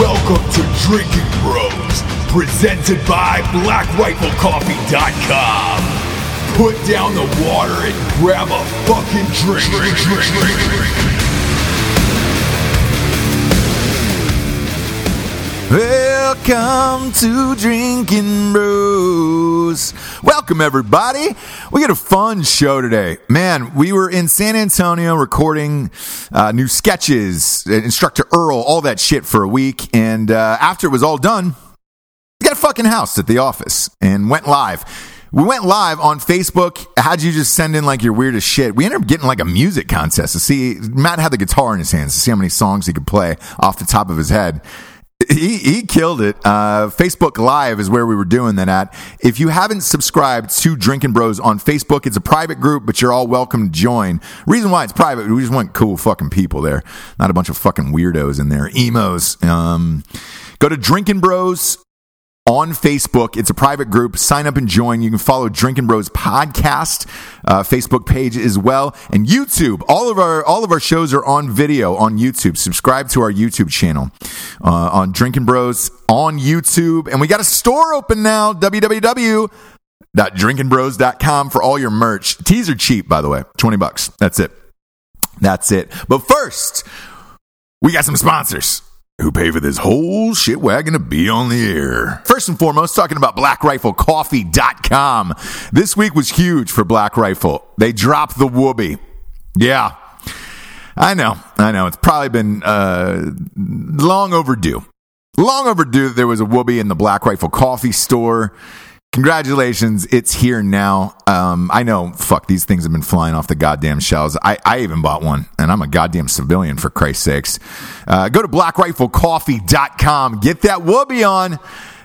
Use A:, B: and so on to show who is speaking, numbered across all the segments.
A: Welcome to Drinking Bros, presented by BlackRifleCoffee.com. Put down the water and grab a fucking drink. drink, drink, drink, drink.
B: Welcome to Drinking Bros. Welcome, everybody. We got a fun show today. Man, we were in San Antonio recording uh, new sketches, uh, Instructor Earl, all that shit for a week. And uh, after it was all done, we got a fucking house at the office and went live. We went live on Facebook. How'd you just send in like your weirdest shit? We ended up getting like a music contest to see. Matt had the guitar in his hands to see how many songs he could play off the top of his head. He, he killed it. Uh, Facebook Live is where we were doing that at. If you haven't subscribed to Drinking Bros on Facebook, it's a private group, but you're all welcome to join. Reason why it's private, we just want cool fucking people there, not a bunch of fucking weirdos in there, emos. Um, go to Drinking Bros on Facebook. It's a private group. Sign up and join. You can follow Drinking Bros podcast uh, Facebook page as well, and YouTube. All of our all of our shows are on video on YouTube. Subscribe to our YouTube channel uh, on Drinking Bros on YouTube, and we got a store open now. www.drinkingbros.com for all your merch. Tees are cheap, by the way. Twenty bucks. That's it. That's it. But first, we got some sponsors who pay for this whole shit wagon to be on the air. First and foremost, talking about blackriflecoffee.com. This week was huge for Black Rifle. They dropped the whoopee. Yeah. I know. I know. It's probably been uh, long overdue. Long overdue that there was a whoopee in the Black Rifle coffee store. Congratulations, it's here now. Um, I know, fuck, these things have been flying off the goddamn shelves. I, I even bought one, and I'm a goddamn civilian, for Christ's sakes. Uh, go to blackriflecoffee.com, get that whoopee on.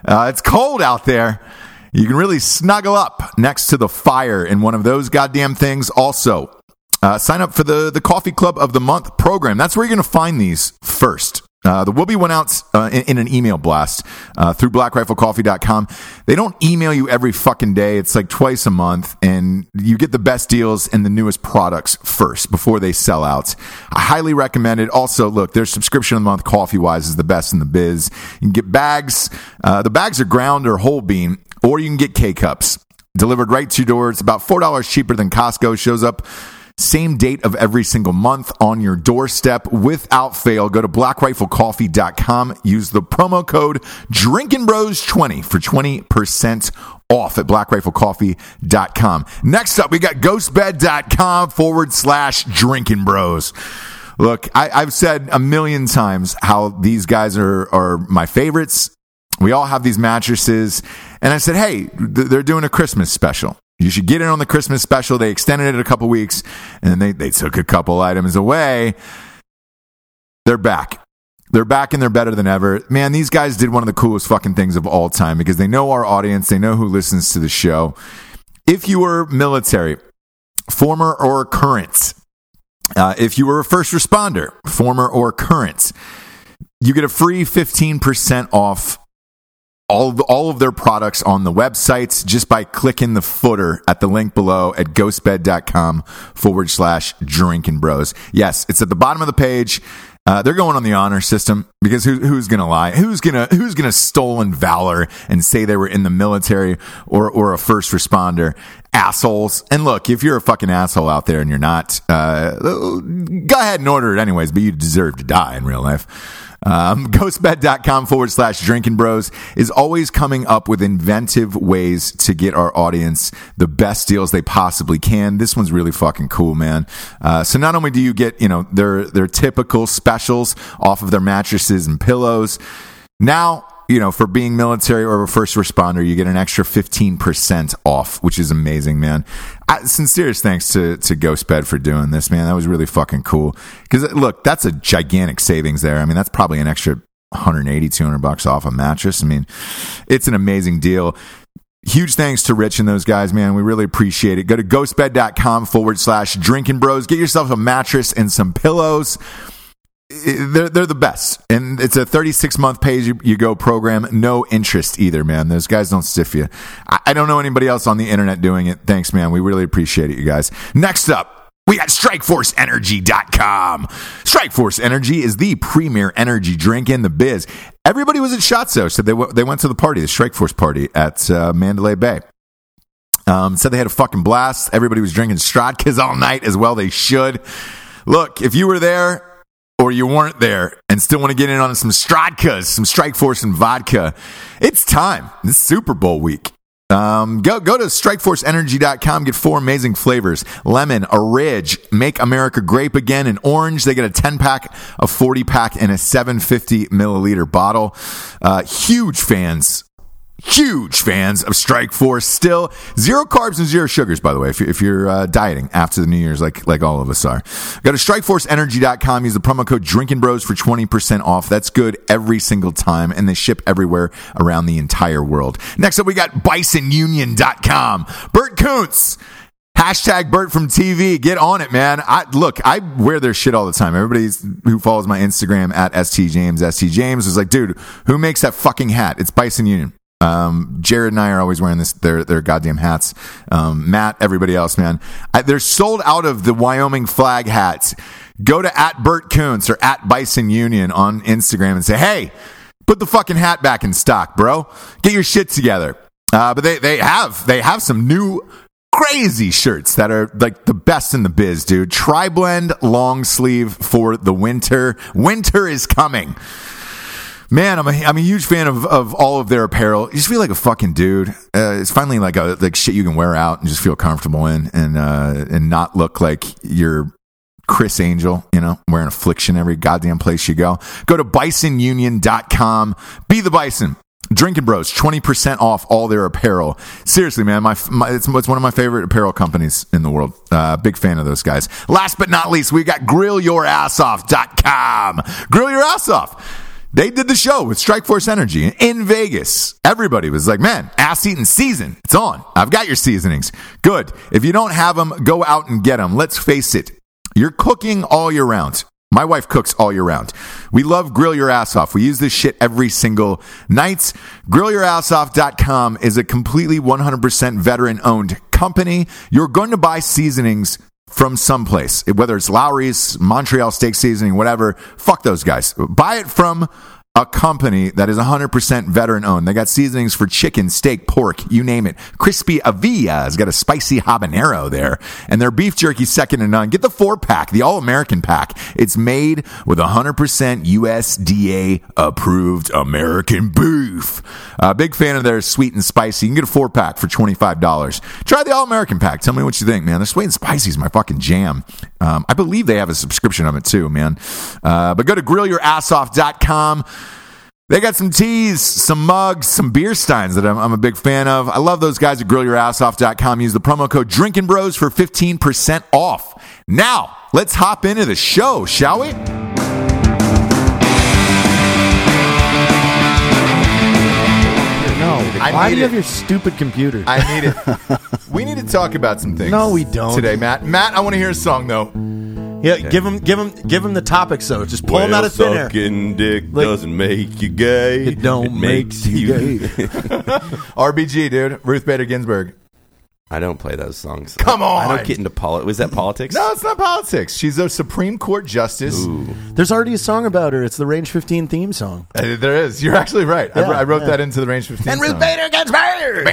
B: Uh, it's cold out there. You can really snuggle up next to the fire in one of those goddamn things. Also, uh, sign up for the the Coffee Club of the Month program. That's where you're going to find these first. Uh, the Whoopi went out uh, in, in an email blast uh, through blackriflecoffee.com. They don't email you every fucking day. It's like twice a month, and you get the best deals and the newest products first before they sell out. I highly recommend it. Also, look, their subscription of the month, coffee wise, is the best in the biz. You can get bags. Uh, the bags are ground or whole bean, or you can get K cups delivered right to your door. It's about $4 cheaper than Costco. Shows up same date of every single month on your doorstep without fail. Go to blackriflecoffee.com. Use the promo code DrinkinBros20 for 20% off at blackriflecoffee.com. Next up, we got ghostbed.com forward slash drinking bros. Look, I, I've said a million times how these guys are, are my favorites. We all have these mattresses. And I said, hey, th- they're doing a Christmas special. You should get in on the Christmas special. They extended it a couple weeks and they, they took a couple items away. They're back. They're back and they're better than ever. Man, these guys did one of the coolest fucking things of all time because they know our audience. They know who listens to the show. If you were military, former or current, uh, if you were a first responder, former or current, you get a free 15% off all of, all of their products on the websites just by clicking the footer at the link below at ghostbed.com forward slash drinking bros. Yes, it's at the bottom of the page. Uh, they're going on the honor system because who, who's going to lie? Who's going to who's going to stolen valor and say they were in the military or or a first responder? Assholes. And look, if you're a fucking asshole out there and you're not, uh, go ahead and order it anyways. But you deserve to die in real life. Um, ghostbed.com forward slash drinking bros is always coming up with inventive ways to get our audience the best deals they possibly can. This one's really fucking cool, man. Uh, so not only do you get, you know, their, their typical specials off of their mattresses and pillows, now, you know, for being military or a first responder, you get an extra 15% off, which is amazing, man. I, sincerest thanks to, to Ghostbed for doing this, man. That was really fucking cool. Cause look, that's a gigantic savings there. I mean, that's probably an extra 180, 200 bucks off a mattress. I mean, it's an amazing deal. Huge thanks to Rich and those guys, man. We really appreciate it. Go to ghostbed.com forward slash drinking bros. Get yourself a mattress and some pillows they're they're the best, and it's a 36 month page you, you go program, no interest either, man. Those guys don't stiff you. I, I don't know anybody else on the internet doing it. Thanks, man. We really appreciate it, you guys. Next up. We got StrikeForceEnergy.com. Strikeforce Energy is the premier energy drink in the biz. Everybody was at SHOT Show, so they, w- they went to the party, the Strikeforce party at uh, Mandalay Bay. Um, said they had a fucking blast. Everybody was drinking Stradkas all night as well. They should. Look, if you were there or you weren't there and still want to get in on some Stradkas, some Strike Force and vodka, it's time. It's Super Bowl week. Um, go go to strikeforceenergy.com. Get four amazing flavors: lemon, a ridge, make America grape again, and orange. They get a ten pack, a forty pack, and a seven fifty milliliter bottle. Uh, huge fans huge fans of Strike Force. Still zero carbs and zero sugars, by the way, if you're, if you're uh, dieting after the New Year's, like like all of us are. Go to StrikeForceEnergy.com. Use the promo code Drinking Bros for twenty percent off. That's good every single time, and they ship everywhere around the entire world. Next up, we got BisonUnion.com. Bert Koontz. Hashtag Bert from TV. Get on it, man. I look, I wear their shit all the time. Everybody who follows my Instagram at ST James, ST James was like, dude, who makes that fucking hat? It's Bison Union. Um, Jared and I are always wearing this their their goddamn hats. Um, Matt, everybody else, man, I, they're sold out of the Wyoming flag hats. Go to at Bert Koontz or at Bison Union on Instagram and say, hey, put the fucking hat back in stock, bro. Get your shit together. Uh, but they they have they have some new crazy shirts that are like the best in the biz, dude. Tri blend long sleeve for the winter. Winter is coming. Man, I'm a, I'm a huge fan of, of all of their apparel. You just feel like a fucking dude. Uh, it's finally like a like shit you can wear out and just feel comfortable in, and uh, and not look like you're Chris Angel, you know, wearing affliction every goddamn place you go. Go to bisonunion.com. Be the bison. Drinking Bros, 20% off all their apparel. Seriously, man, my, my it's, it's one of my favorite apparel companies in the world. Uh, big fan of those guys. Last but not least, we got grillyourassoff.com. Grill your ass off they did the show with Strikeforce Energy in Vegas. Everybody was like, man, ass eating season. It's on. I've got your seasonings. Good. If you don't have them, go out and get them. Let's face it, you're cooking all year round. My wife cooks all year round. We love Grill Your Ass Off. We use this shit every single night. GrillYourAssOff.com is a completely 100% veteran owned company. You're going to buy seasonings from someplace, whether it's Lowry's, Montreal Steak Seasoning, whatever. Fuck those guys. Buy it from a company that is 100% veteran owned. They got seasonings for chicken, steak, pork, you name it. Crispy Avilla has got a spicy habanero there. And their beef jerky second to none. Get the four pack, the all American pack. It's made with 100% USDA approved American beef. Uh, big fan of their sweet and spicy. You can get a four pack for $25. Try the all American pack. Tell me what you think, man. Their sweet and spicy is my fucking jam. Um, I believe they have a subscription of it too, man. Uh, but go to grillyourassoff.com. They got some teas, some mugs, some beer steins that I'm, I'm a big fan of. I love those guys at grillyourassoff.com. Use the promo code Drinking Bros for 15% off. Now, let's hop into the show, shall we?
C: No.
B: I
C: Why
B: need
C: do you
B: it.
C: have your stupid computer?
B: I need it. we need to talk about some things.
C: No, we don't.
B: Today, Matt. Matt, I want to hear a song, though.
C: yeah, give him, give him, give him the topic. So just pull him
D: Well,
C: out of thin air.
D: sucking dick
C: Like-
D: doesn't make you gay.
C: It don't
D: makes
C: make you
B: RBG, dude. Ruth Bader Ginsburg.
D: I don't play those songs.
B: Come
D: I
B: on.
D: don't get into politics. Was that politics?
B: No, it's not politics. She's a Supreme Court justice.
C: There's already a song about her. It's the Range 15 theme song.
B: Uh, There is. You're actually right. I,
C: Yeah,
B: wr- I wrote
C: yeah.
B: that into the range 15.
C: And Ruth
B: song.
C: Bader Ginsburg.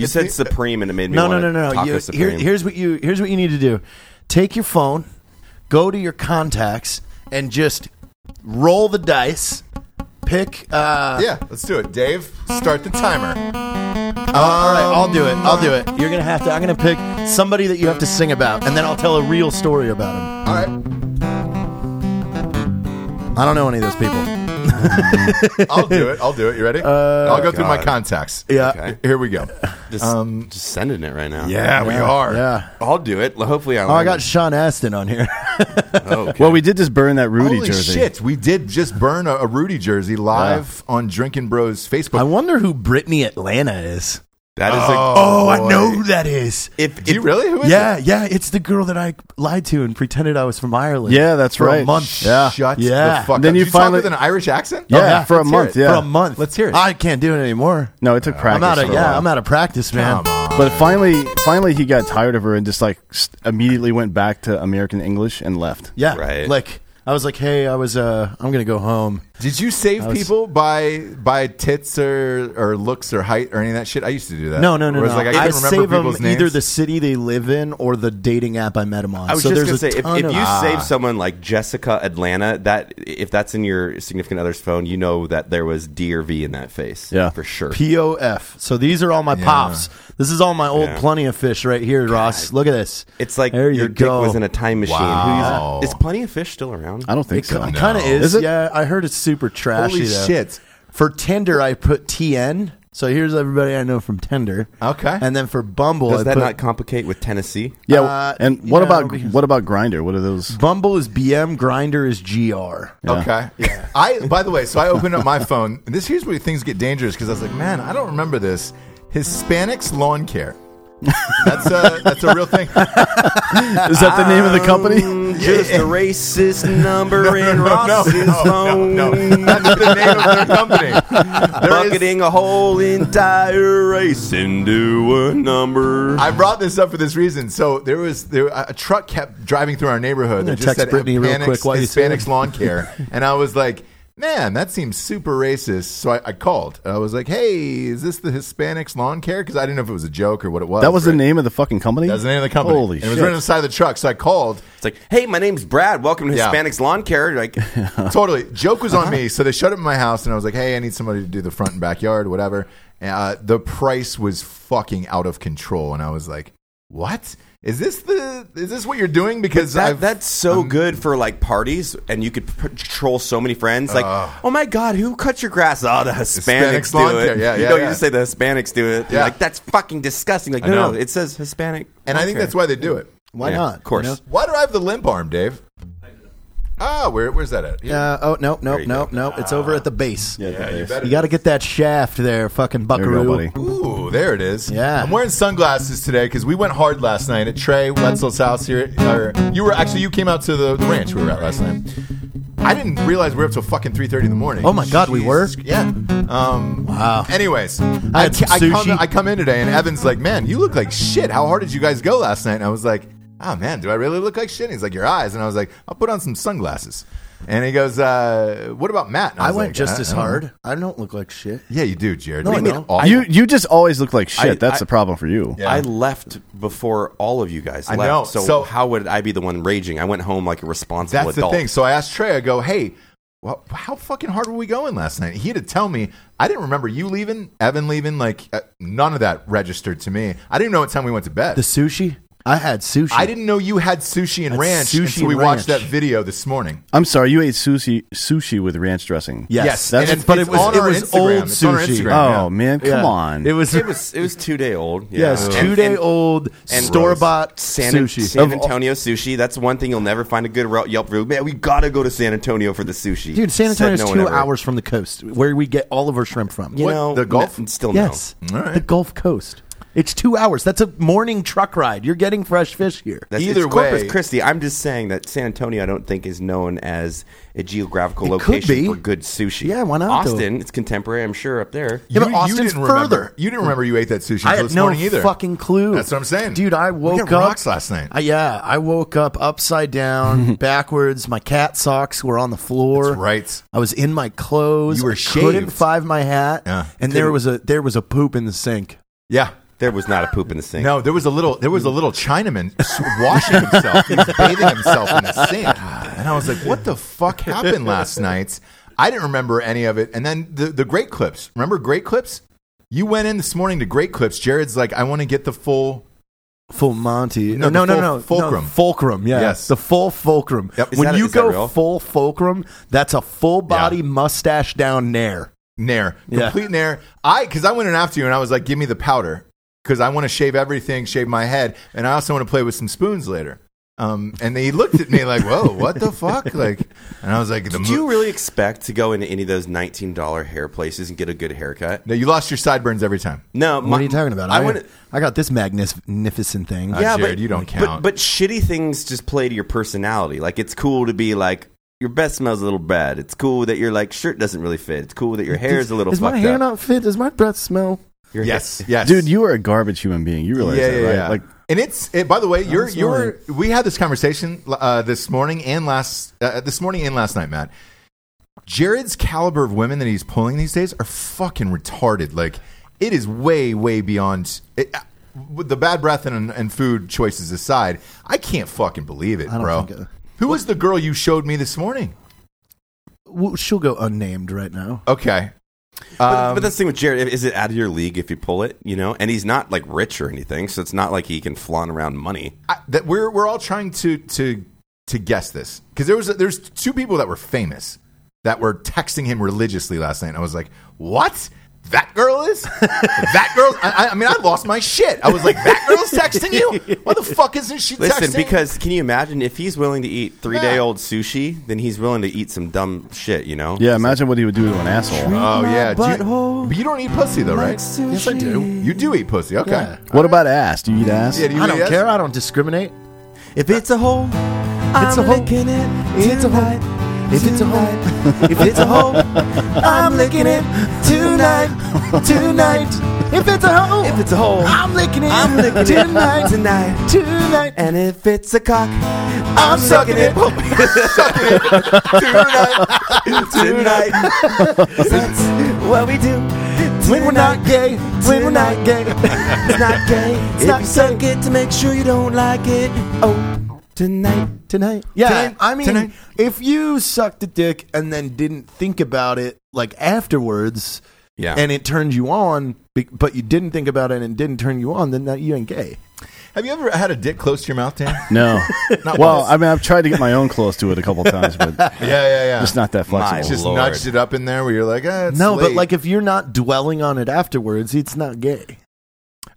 D: You said Supreme, and it made me
C: No, no,
D: wanna
C: no, no, no.
D: Taco
C: You- here,
D: Supreme.
C: here's what you here's what you need to do. Take your phone, go to your contacts, and just roll the dice. Pick. Uh,
B: Yeah, let's do it. Dave, start the timer.
C: All right, I'll do it. I'll do it. You're gonna have to. I'm gonna pick somebody that you have to sing about, and then I'll tell a real story about him.
B: All right.
C: I don't know any of those people.
B: I'll do it. I'll do it. You ready? I'll go through my
D: God.
B: contacts.
C: Uh, Yeah.
D: Okay.
B: Here we go.
D: just, just sending it right now.
B: Yeah, we are.
C: um, Yeah.
D: I'll do it. Hopefully, I. Oh,
C: Oh, I got Sean Astin on here.
E: Well, Oh, we did just burn that Rudy
B: Holy
E: jersey.
B: shit. We did just burn a, a Rudy jersey live on Drinking Bros Facebook.
C: I wonder who Brittany Atlanta is.
D: That is.
C: Oh,
B: boy.
C: I know who that is.
D: if, if
B: Do you really? Who is
C: yeah,
B: it?
C: yeah, it's the girl that I lied to and pretended I was from Ireland.
E: Yeah, that's
C: for
E: right.
C: A month.
E: Yeah.
B: Shut
C: Yeah.
B: the fuck
E: And then
B: up.
E: you
B: Did you talk
E: finally-
B: with an Irish accent?
E: Yeah,
C: Oh, yeah.
E: for a
B: Let's hear
E: month.
B: it.
E: Yeah,
C: For a month.
B: Let's hear it.
C: I can't do it anymore.
E: no, it took practice.
C: I'm out of
E: for a
C: yeah.
E: while.
C: I'm out of practice, man.
B: Come on.
E: But finally, finally, he got tired of her and just like st- immediately went back to American English and left.
C: Yeah,
D: Right.
C: Like I was like, hey, I was uh, I'm gonna go home.
B: Did you save
C: was-
B: people by by tits or or looks or height or any of that shit? I used to do that.
C: No, no, no,
B: Where it's
C: no.
B: Uh, like, I,
C: I,
B: couldn't remember
C: save them
B: people's names.
C: either the city they live in or the dating app I met them on.
D: I was
C: so
D: just
C: there's
D: gonna
C: a
D: say, if,
C: ton
D: if
C: of- Ah.
D: you save someone like Jessica Atlanta, that if that's in your significant other's phone, you know that there was D or V in that face,
E: Yeah.
D: for sure.
C: POF. So these are all my
B: Yeah.
C: pops. This is all my old
D: Yeah.
C: plenty of fish right here, Ross. Look at this.
D: It's like
C: there
D: your
C: you
D: dick
C: go.
D: was in a time machine.
B: Wow.
D: Who is, is Plenty of Fish still around?
E: I don't think
C: It
E: so.
C: kind of is.
E: Is it?
C: Yeah, I heard it's super trashy.
B: Holy
C: though.
B: shit.
C: For Tinder, I put TN. So here's everybody I know from Tinder.
B: Okay.
C: And then for Bumble, I
D: Does that
C: put
D: not complicate with Tennessee?
E: Yeah,
C: Uh,
E: and what
C: yeah,
E: about
C: because-
E: what about Grinder? What are those?
C: Bumble is BM, Grinder is Oh, GR.
B: Okay. I by the way, so I opened up my phone. And this here's where things get dangerous because I was like, man, I don't remember this. Hispanics lawn care. That's a that's a real thing.
E: Is that the name of the
C: Oh,
E: company?
D: Just a racist number in
B: no, no,
D: Ross's
B: no,
D: phone,
B: no, no. That's the name of their company. There is-
D: bucketing a whole entire race into a number.
B: I brought this up for this reason. So there was there a truck kept driving through our neighborhood that
C: gonna
B: just
C: text
B: said
C: Brittany real
B: Hispanics,
C: quick while you say
B: Hispanics
C: it.
B: lawn care, and I was like, man, that seems super racist. So I, I called. I was like, hey, is this the Hispanics lawn care? Because I didn't know if it was a joke or what it was.
E: That was the
B: right?
E: name of the fucking company.
B: That was the name of the company.
E: Holy
B: and
E: shit!
B: It was right on the side of the truck. So I called.
D: it's like, hey, my name's Brad. Welcome to
B: Yeah.
D: Hispanics Lawn Care. Like,
B: totally. Joke was on
D: Uh-huh.
B: me. So they showed up at my house, and I was like, hey, I need somebody to do the front and backyard, whatever. Uh, the price was fucking out of control. And I was like, what? Is this the is this what you're doing? Because
D: That,
B: I've,
D: that's so good for like parties, and you could p- control so many friends. Like, oh my god, who cut your grass? Oh, the Hispanics,
B: Uh. Hispanics lawn
D: do it.
B: care. Yeah,
D: you
B: yeah,
D: know,
B: yeah.
D: you just say the Hispanics do it.
B: Yeah.
D: Yeah. Like that's fucking disgusting. Like, no,
B: know.
D: no, it says Hispanic,
B: And I think that's why they do it.
C: Why
D: Yeah,
C: not?
D: Of course.
C: you know?
B: Why do I have the limp arm, Dave? Ah, where, where's that at?
C: Uh, oh no no
D: you
C: no no! It's over at the base.
E: yeah,
B: you better.
C: You got to get that shaft there, fucking
E: there you go,
C: buckaroo.
E: buddy.
B: Ooh, there it is.
C: Yeah.
B: I'm wearing sunglasses today because we went hard last night at Trey Wetzel's house here. Or you were actually you came out to the, the ranch we were at last night. I didn't realize we were up till fucking three thirty in the morning.
C: Oh my God, we were?
B: Yeah. Um,
C: Wow.
B: Anyways, I,
C: had
B: ca- I
C: some
B: come
C: sushi.
B: I come in today and Evan's like, "Man, you look like shit. How hard did you guys go last night?" And I was like, "Oh man, do I really look like shit?" And he's like, "Your eyes." And I was like, "I'll put on some sunglasses." And he goes, uh, "What about Matt?" And
C: I
B: was
C: went
B: like,
C: just
B: "I-
C: as
B: I don't know."
C: hard. I don't look like shit.
B: Yeah, you do, Jared.
C: No,
B: What do
C: I
B: you mean?
C: don't.
B: awful?
E: You you just always look like shit.
D: I-
E: That's
D: I-
E: the problem for you.
B: Yeah.
D: I left before all of you guys.
B: I
D: left.
B: know.
D: So,
B: So-
D: how would I be the one raging? I went home like a responsible
B: That's
D: adult.
B: the thing. So I asked Trey, I go, hey, well, how fucking hard were we going last night? He had to tell me. I didn't remember you leaving, Evan leaving. Like, uh, none of that registered to me. I didn't know what time we went to bed.
C: The sushi. I had sushi.
B: I didn't know you had sushi and
C: That's
B: ranch.
C: sushi
B: and so we
C: and
B: watched that
C: ranch.
B: video this morning.
E: I'm sorry, you ate sushi sushi with ranch dressing.
C: Yes,
B: Yes,
E: that's-
B: and it's-
C: but
B: it's
C: it was
B: on
C: it
B: our
C: was
B: Instagram.
C: old
B: It's on our
C: sushi.
B: Instagram.
E: Oh
B: Yeah.
E: man, come
C: Yeah.
E: on.
C: It was Oh.
D: It was it was two day old. Yeah.
C: yes,
D: And-
C: two day
D: and-
C: old store bought
D: San,
C: sushi.
D: San Antonio sushi. That's one thing you'll never find a good Re- Yelp review. Man, we gotta go to San Antonio for the sushi.
C: Dude, San
D: Said
C: Antonio's
D: no
C: is
D: one
C: two
D: ever.
C: hours from the coast, where we get all of our shrimp from.
D: You
B: What,
D: know
B: the Gulf?
D: n- still
C: Yes,
B: All right.
C: the Gulf Coast. It's two hours. That's a morning truck ride. You're getting fresh fish here.
D: no. That's,
B: Either
D: it's Corpus
B: way-
D: Christi. I'm just saying that San Antonio, I don't think, is known as a geographical
C: It could be.
D: location for good sushi.
C: Yeah, why not, though?
D: Austin, it's contemporary. I'm sure up there.
C: Yeah, but Austin's
B: Remember,
C: further.
B: you didn't remember you ate that sushi
C: I
B: until
C: had
B: this
C: no
B: morning either.
C: fucking clue.
B: That's what I'm saying.
C: dude. I
B: We
C: woke
B: got
C: up
B: rocks last night.
C: I, yeah, I woke up upside down, backwards. My cat socks were on the floor.
B: That's right.
C: I was in my clothes.
B: You were
C: I couldn't
B: shaved.
C: find my hat,
B: Yeah.
C: and there was a there was a poop in the sink.
B: yeah.
D: There was not a poop in the sink.
B: No, there was a little there was a little Chinaman s- washing himself. He was bathing himself in the sink. And I was like, what the fuck happened last night? I didn't remember any of it. And then the, the Great Clips. Remember Great Clips? You went in this morning to Great Clips. Jared's like, I want to get the full.
C: Full Monty.
B: No,
C: No, no,
B: the
C: no,
B: full
C: no,
B: fulcrum.
C: No, fulcrum. Yeah.
B: Yes.
C: the full fulcrum.
B: Yep.
D: Is
C: When
D: that-
C: you
D: is that
C: go
D: real?
C: full fulcrum, that's a full body
B: Yeah.
C: mustache down nair.
B: Nair.
C: Yeah.
B: Complete Nair. I because I went in after you and I was like, give me the powder because I want to shave everything, shave my head, and I also want to play with some spoons later. Um, and they looked at me like, whoa, what the fuck? Like, and I was like, the
D: Did
B: mo-
D: you really expect to go into any of those nineteen dollar hair places and get a good haircut?
B: no, you lost your sideburns every time.
D: No.
C: What are you talking about?
D: I,
C: I, Uh,
D: went.
C: I got this magnificent thing.
B: Yeah, Jared, you don't count.
D: But, but shitty things just play to your personality. Like it's cool to be like your best smells a little bad. It's cool that your like shirt doesn't really fit. It's cool that your hair is a little.
C: Does my
D: fucked
C: hair
D: up.
C: not fit? Does my breath smell?
D: You're-
B: Yes, yes,
E: Dude, you are a garbage human being. You realize that, right? Like,
B: and it's it, by the way, you're
E: it's
B: you're we had this conversation uh, this morning and last uh, this morning and last night, Matt. Jared's caliber of women that he's pulling these days are fucking retarded. Like it is way way beyond. It, uh, with the bad breath and, and food choices aside, I can't fucking believe it,
C: I don't
B: bro.
C: think it-
B: Who was the girl you showed me this morning?
C: Well, she'll go unnamed right now.
B: Okay,
D: But, but that's the thing with Jared. Is it out of your league if you pull it? You know, and he's not like rich or anything, so it's not like he can flaunt around money.
B: I, that we're we're all trying to to to guess this because there was there's two people that were famous that were texting him religiously last night. And I was like, what? That girl is that girl. I, I- I mean, I lost my shit. I was like, that girl's texting you. Why the fuck isn't she
D: Listen,
B: texting?
D: because can you imagine if he's willing to eat three
B: Yeah.
D: day old sushi, then he's willing to eat some dumb shit, you know?
E: yeah, imagine what he would do to an asshole.
B: oh yeah, Do you, but you don't eat pussy though, right?
C: Yes, I do.
B: You do eat pussy. Okay.
C: Yeah.
E: What about ass? Do you eat ass?
B: Yeah, do you
C: I
B: eat
C: don't
B: ass?
C: care. I don't discriminate.
D: If
C: Uh,
D: it's a hole,
C: It's a hole. If it's a hole. If it's a hole. If it's a hole. I'm licking it tonight. Tonight. If it's a hole. If it's a hole. I'm licking it. I'm licking tonight. Tonight. Tonight. And if it's a cock. I'm sucking it.
B: Oh,
D: tonight.
C: That's what we do. When we're not gay, when we're not gay, it's not gay. It's not suck it to make sure you don't like it. Oh, tonight, tonight. Yeah,
B: Tonight,
C: I mean,
B: tonight.
C: if you sucked a dick and then didn't think about it like afterwards,
D: Yeah.
C: and it turned you on, be- but you didn't think about it and didn't turn you on, then that you ain't gay.
B: Have you ever had a dick close to your mouth, Dan?
E: No.
B: Not
E: well,
B: once.
E: I mean, I've tried to get my own close to it a couple times, but
B: yeah, yeah, yeah.
E: it's not that
D: My
E: flexible.
B: Just
D: Lord.
B: nudged it up in there where you're like, ah, it's
C: no, but
B: late.
C: like if you're not dwelling on it afterwards, it's not gay.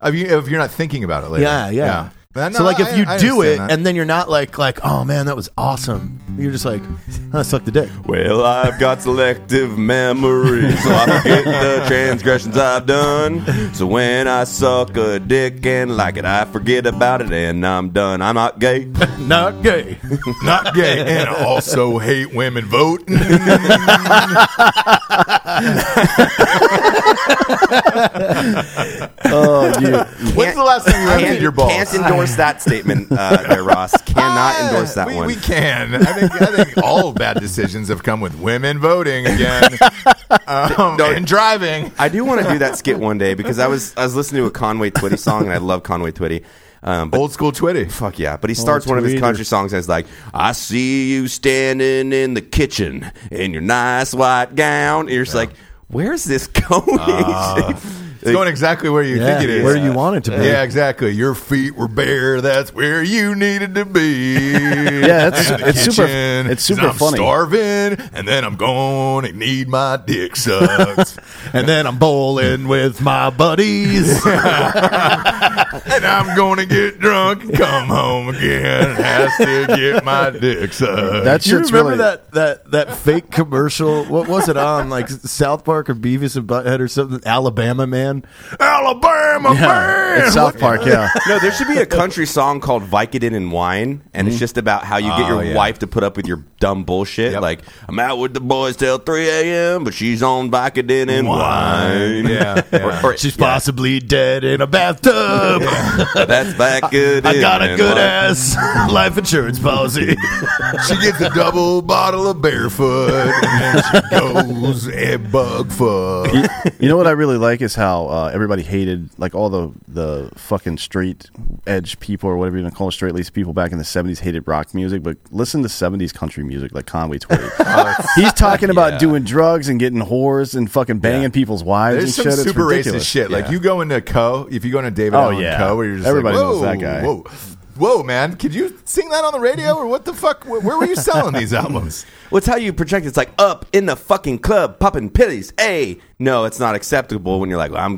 B: if, you, if you're not thinking about it later.
C: Yeah, yeah.
B: But no,
C: so like if
B: I-
C: you
B: I
C: do it
B: understand that.
C: and then you're not like like oh man that was awesome you're just like I sucked the dick
D: Well, I've got selective memory, so I forget the transgressions I've done. So when I suck a dick and like it, I forget about it and I'm done. I'm not gay.
C: not gay
B: not gay and also hate women vote.
E: oh, dude.
B: When's the last time you emptied
D: Can't-
B: your balls?
D: Can't endorse that statement uh, there, Ross. Ah, Cannot endorse that
B: Ah, we,
D: one.
B: We can. I think, I think all bad decisions have come with women voting again um, and driving.
D: I do want to do that skit one day because I was I was listening to a Conway Twitty song and I love Conway Twitty. Um, but
B: Old school Twitty.
D: fuck yeah! But he starts one of his country songs and it's like, "I see you standing in the kitchen in your nice white gown." And you're just like, "Where's this going?"
C: Ah.
B: It's going exactly where you
C: Yeah,
B: think it is.
C: where you want it to be.
B: Yeah, exactly. Your feet were bare. That's where you needed to be. yeah,
E: it's- it's super- it's super
B: I'm
E: funny.
B: starving, and then I'm going to need my dick sucked.
C: and then I'm bowling with my buddies
B: and I'm going to get drunk and come home again and has to get my dick sucked.
E: That
C: Do you
E: shit's
C: remember
E: really.
C: that, that that fake commercial? What was it on? Like South Park or Beavis and Butthead or something? Alabama Man.
B: Alabama
E: Yeah,
B: man.
E: it's South Park, yeah.
D: No, there should be a country song called Vicodin and Wine, and
C: Mm-hmm.
D: it's just about how you get
C: Ah,
D: your wife to put up with your dumb bullshit.
B: Yep.
D: Like, I'm out with the boys till 3 a.m., but she's on Vicodin and wine.
B: Yeah, yeah.
D: Or- or-
C: She's possibly dead in a bathtub.
D: that's Vicodin.
C: I got a
D: and
C: good
D: wine.
C: ass life insurance policy.
B: she gets a double bottle of barefoot and she goes and bug fuck.
E: You know what I really like is how uh, everybody hated like all the the fucking straight edge people or whatever you want to call it, straight laced people back in the seventies hated rock music, but listen to seventies country music like Conway
D: Oh,
E: Twitty. He's talking about doing drugs and getting whores and fucking banging people's wives
B: There's
E: and
B: some
E: shit. It's
B: super
E: ridiculous.
B: racist shit. Like
D: Yeah.
B: you go into Co, if you go into David
E: Oh,
B: Allen
E: yeah.
B: Co, where you're just
E: Everybody
B: like, whoa,
E: knows that guy."
B: whoa, whoa, man, could you sing that on the radio or what the fuck? Where where were you selling these albums?
D: Well, it's how you project. It's like up in the fucking club, popping pillies. Hey, no, it's not acceptable when you're like, I'm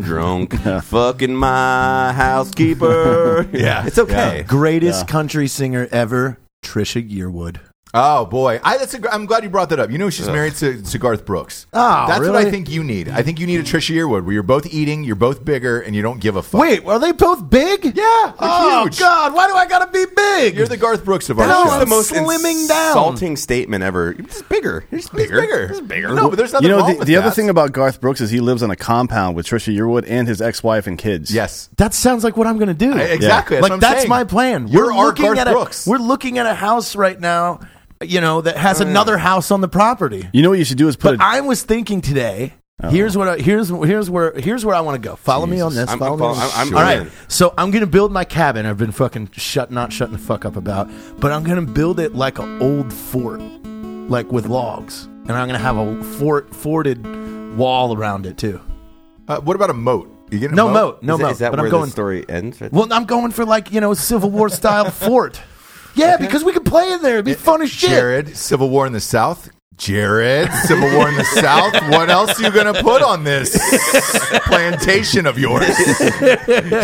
D: drunk, fucking my housekeeper.
B: Yeah.
D: it's okay.
C: Greatest country singer ever, Trisha Yearwood.
B: Oh boy, I, that's a, gr- I'm glad you brought that up. You know she's married to, to Garth Brooks.
C: Oh,
B: that's what I
C: really?
B: think you need. I think you need a Trisha Yearwood where you're both eating, you're both bigger, and you don't give a fuck.
C: Wait, are they both big? Yeah. Oh
B: huge.
C: God, why do I gotta be big?
B: you're the Garth Brooks of our
C: No,
B: show.
C: I'm
D: the most
C: slimming down.
D: insulting statement ever. You're just bigger. You're just bigger.
B: bigger.
D: Just bigger.
B: No, but there's nothing
E: you know,
B: wrong
E: the,
B: with
E: the other
B: that.
E: thing about Garth Brooks is he lives on a compound with Trisha Yearwood and his ex-wife and kids.
B: yes,
C: That sounds like what I'm going to do.
B: exactly. That's
C: like
B: what I'm
C: that's
B: saying.
C: my plan.
B: You're
C: we're
B: our
C: looking
B: Garth
C: at a,
B: Brooks.
C: We're looking at a house right now, you know, that has another house on the property.
E: You know what you should do is put
C: But
E: a Oh.
C: I was thinking today. Here's what I, here's here's where here's where I want to go. Follow me on this.
D: I'm-
C: follow
D: I'm
C: me. on
D: follow-
C: this.
D: I'm- I'm
C: All
D: in.
C: right. So I'm gonna build my cabin. I've been fucking shut not shutting the fuck up about, but I'm gonna build it like an old fort, like with logs, and I'm gonna have a fort forted wall around it too.
B: Uh, what about a moat? You get a
C: No moat, no
D: is that,
C: moat.
D: is that
C: but
D: where
C: I'm going
D: the story ends? Right
C: well, I'm going for like you know Civil War style fort. Yeah, because we could play in there. It'd be fun as shit.
B: Jared, Civil War in the South. Jared, Civil War in the South. What else you gonna put on this plantation of yours,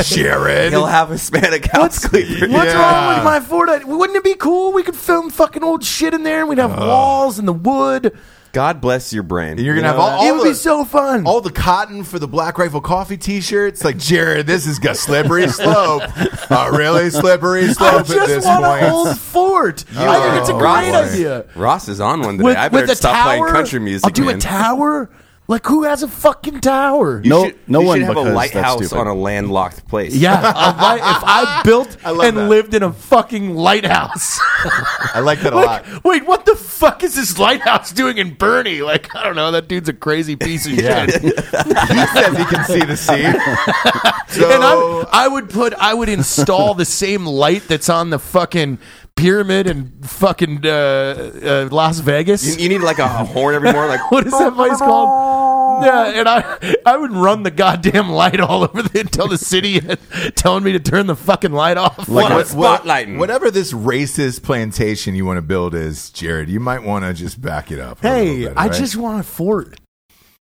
B: Jared?
D: He'll have Hispanic house
C: What's,
D: cleaver.
C: what's wrong
B: Yeah.
C: with my Ford? I- Wouldn't it be cool? We could film fucking old shit in there, and we'd have walls and the wood.
D: God bless your brain.
B: You're gonna
D: You
B: have
D: know
B: all-
D: that?
B: all
C: it would
B: the-
C: be so fun.
B: All the cotton for the Black Rifle Coffee T-shirts, like Jared, this is a slippery slope, a really slippery
C: I
B: slope at
C: just
B: this
C: want an
B: point.
C: old fort. I think it's a
B: are
C: great
B: right.
C: idea.
D: Ross is on one today.
C: With,
D: I better
C: with a
D: stop
C: tower,
D: playing country music.
C: I'll do
D: man.
C: a tower. Like who has a fucking tower?
D: You
E: No-
D: should,
E: no
D: you
E: one
D: should have
E: because
D: a
E: that's
D: lighthouse
E: stupid.
D: on a landlocked place.
C: Yeah, a light, if I built
B: love
C: and
B: that.
C: lived in a fucking lighthouse.
B: I like that a lot.
C: like, wait, what the fuck is this lighthouse doing in Bernie? Like, I don't know. That dude's a crazy piece of shit.
B: He says he can see the sea. So
C: And
B: Oh.
C: I'm, I would put, I would install the same light that's on the fucking pyramid in fucking uh, uh, Las Vegas.
D: You, you need like a horn every morning. Like
C: what is that place called? Yeah, and I I would run the goddamn light all over the until the city telling me to turn the fucking light off.
D: Like
B: What- what-
D: spotlighting.
B: whatever this racist plantation you want to build is, Jared, you might want to just back it up. a
C: hey,
B: little bit,
C: I
B: right?
C: just want a fort.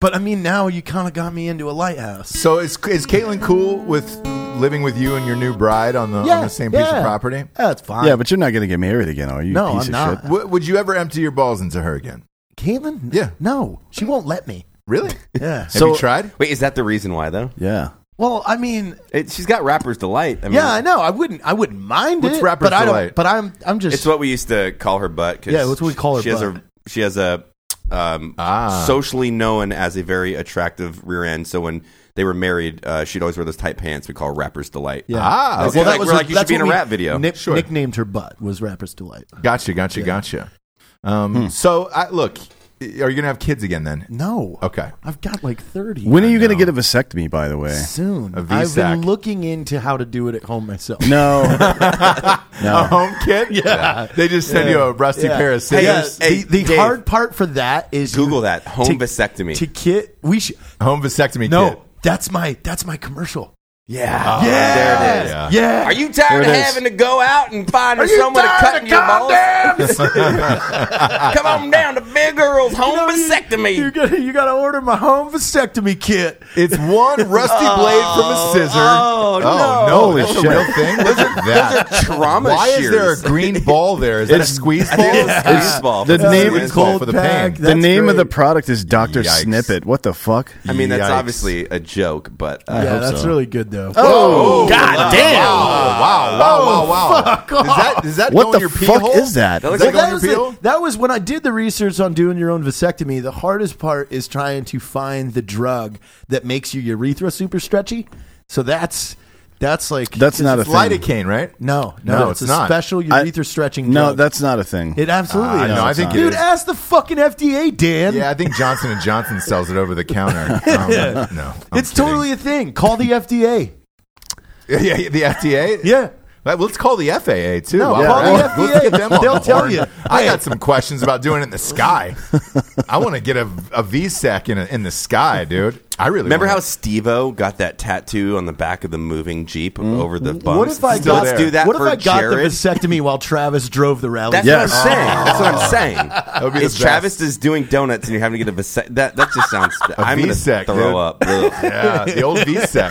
C: But I mean, now you kind of got me into a lighthouse.
B: So is is Caitlin cool with living with you and your new bride on the on the same piece of property?
C: That's fine.
E: yeah, but you're not going to get married again, are you?
C: No, I'm
E: piece of
C: not.
E: shit.
B: W- would you ever empty your balls into her again?
C: Caitlin?
B: Yeah.
C: No, she won't let me.
B: Really?
C: Yeah.
B: Have you tried?
D: Wait, is that the reason why though?
E: Yeah.
C: Well, I mean,
D: It, she's got rapper's delight. I mean,
C: yeah, I know. I wouldn't. I wouldn't mind
B: What's
C: it.
B: rapper's
C: but I don't.
B: delight?
C: But I'm. I'm just.
D: It's what we used to call her butt. 'cause
C: Yeah, that's what we call her
D: She has
C: butt.
D: a she has a um,
B: Ah.
D: socially known as a very attractive rear end. So when they were married, uh, she'd always wear those tight pants. We call her rapper's delight.
C: yeah.
B: Ah,
D: That's
B: okay.
D: like- we're
C: what-
D: like, you should
C: that's
D: be in
C: what
D: a
C: we
D: rap video.
C: nick-
B: Sure.
C: Nicknamed her butt was rapper's delight.
B: Gotcha, gotcha, gotcha. Um, So I, look, are you gonna have kids again then?
C: No.
B: Okay.
C: I've got like 30.
E: When are you going to get a vasectomy? By the way.
C: Soon.
B: A
C: I've
B: V-sack.
C: been looking into how to do it at home myself.
E: No.
B: A
E: no.
B: home kid? yeah. They just send you a rusty
C: Yeah. uh,
B: pair of
C: Yeah,
B: scissors.
D: Hey,
C: the the
D: Dave.
C: hard part for that is you-
D: Google that home
C: to-
D: vasectomy.
C: To kit, we should.
B: Home vasectomy
C: No,
B: kit.
C: that's my that's my commercial.
D: yeah,
B: There it is.
C: Yeah.
B: Yeah.
D: Are you tired
E: There
D: of
E: it is.
D: having to go out and find
C: you
D: someone to
C: tired
D: cut
C: of
D: in your balls? Come on down to Big Girl's home
C: you-
D: vasectomy.
C: You gotta, you gotta order my home vasectomy kit.
B: It's one rusty blade from a scissor.
D: oh, no.
B: no,
E: Holy
B: that's
E: shit.
B: a real thing. Look at that.
D: Trauma
B: Why is there a
D: shears.
B: green ball there? Is that a squeeze ball?
E: it's-
D: Squeeze ball.
E: the
D: It's a
E: name-
D: squeeze
B: Cold
D: ball.
B: for the
C: pack,
B: pain.
E: The
C: that's
E: name of the
C: great.
E: product is Doctor
B: Yikes.
E: Snippet. What the fuck?
D: I mean, that's
B: Yikes.
D: obviously a joke, but uh,
C: yeah, that's really good though.
E: Oh,
B: God damn! Wow! Wow! Wow! Wow! Does that does that
E: What
B: go
E: the
B: in your pee
E: fuck
B: hole?
E: is that?
D: That looks
B: Does that go in
D: like
C: that,
B: your
C: was
B: pee hole?
C: the- that was when I did the research on doing your own vasectomy. The hardest part is trying to find the drug that makes your urethra super stretchy. So that's that's like
E: That's not a
B: It's
E: thing.
B: lidocaine, right?
C: no no,
B: No,
C: it's,
B: it's
C: a
B: not.
C: special
E: I-
C: urethra stretching.
E: No,
C: drug.
E: that's not a thing.
C: it. Absolutely,
B: Ah,
C: is.
B: no, I think it
C: dude,
B: is.
C: ask the fucking FDA, Dan.
B: Yeah, I think Johnson and Johnson sells it over the counter. Um, no, I'm
C: it's
B: kidding.
C: totally a thing. Call the FDA.
B: yeah, yeah, the FDA.
C: Yeah.
B: Well, let's call the FAA too.
C: No,
B: Wow,
C: call the
B: let's- let's
C: FDA.
B: get them on
C: They'll
B: the
C: tell
B: horn.
C: you.
B: I got some questions about doing it in the sky. I want to get a, a VSAC in a, in the sky, dude. I really
D: Remember
B: wanna-
D: how Stevo got that tattoo on the back of the moving Jeep over the bumps?
C: Hmm? What if I
B: Still
C: got
D: Let's do that
C: What if
D: for
C: I got
D: Jared?
C: the vasectomy while Travis drove the rally?
D: that's
E: Yes.
D: what I'm saying. That's what I'm saying. That
B: would be the
D: it's
B: best.
D: Travis is doing donuts and you're having to get a vasect. That that just sounds. i I'm gonna
B: V-sec,
D: throw
B: dude.
D: up. Ugh.
B: Yeah, the old VSAC.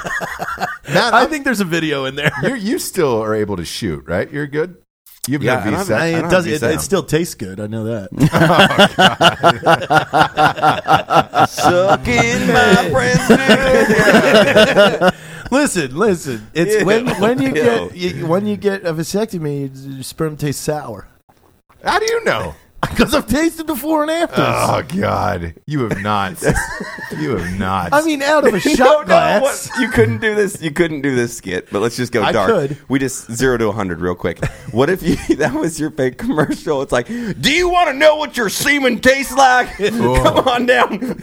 B: Matt,
C: I
B: I'm-
C: think there's a video in there.
B: you're, you still are able to shoot, right? You're good. You've
D: Yeah,
B: never
D: and
B: been
D: I've-
B: set.
D: I-
B: I
D: don't
B: don't-
D: have
C: it does.
D: to be
C: It, it
D: sound.
C: still tastes good. I know that.
D: Sucking my friends. dude.
C: listen, listen. It's
D: Ew.
C: when when you
D: Ew.
C: get you, when you get a vasectomy, your sperm tastes sour
B: How do you know?
C: because I've tasted before and after.
D: Ah.
B: Oh God, you have not. you have not.
C: I mean, out of a
D: No,
C: shot
D: no,
C: glass.
D: what- you couldn't do this. You couldn't do this skit. But let's just go
C: I
D: dark.
C: could.
D: We just zero to hundred real quick. What if you? That was your fake commercial. It's like, do you want to know what your semen tastes like? Come on down to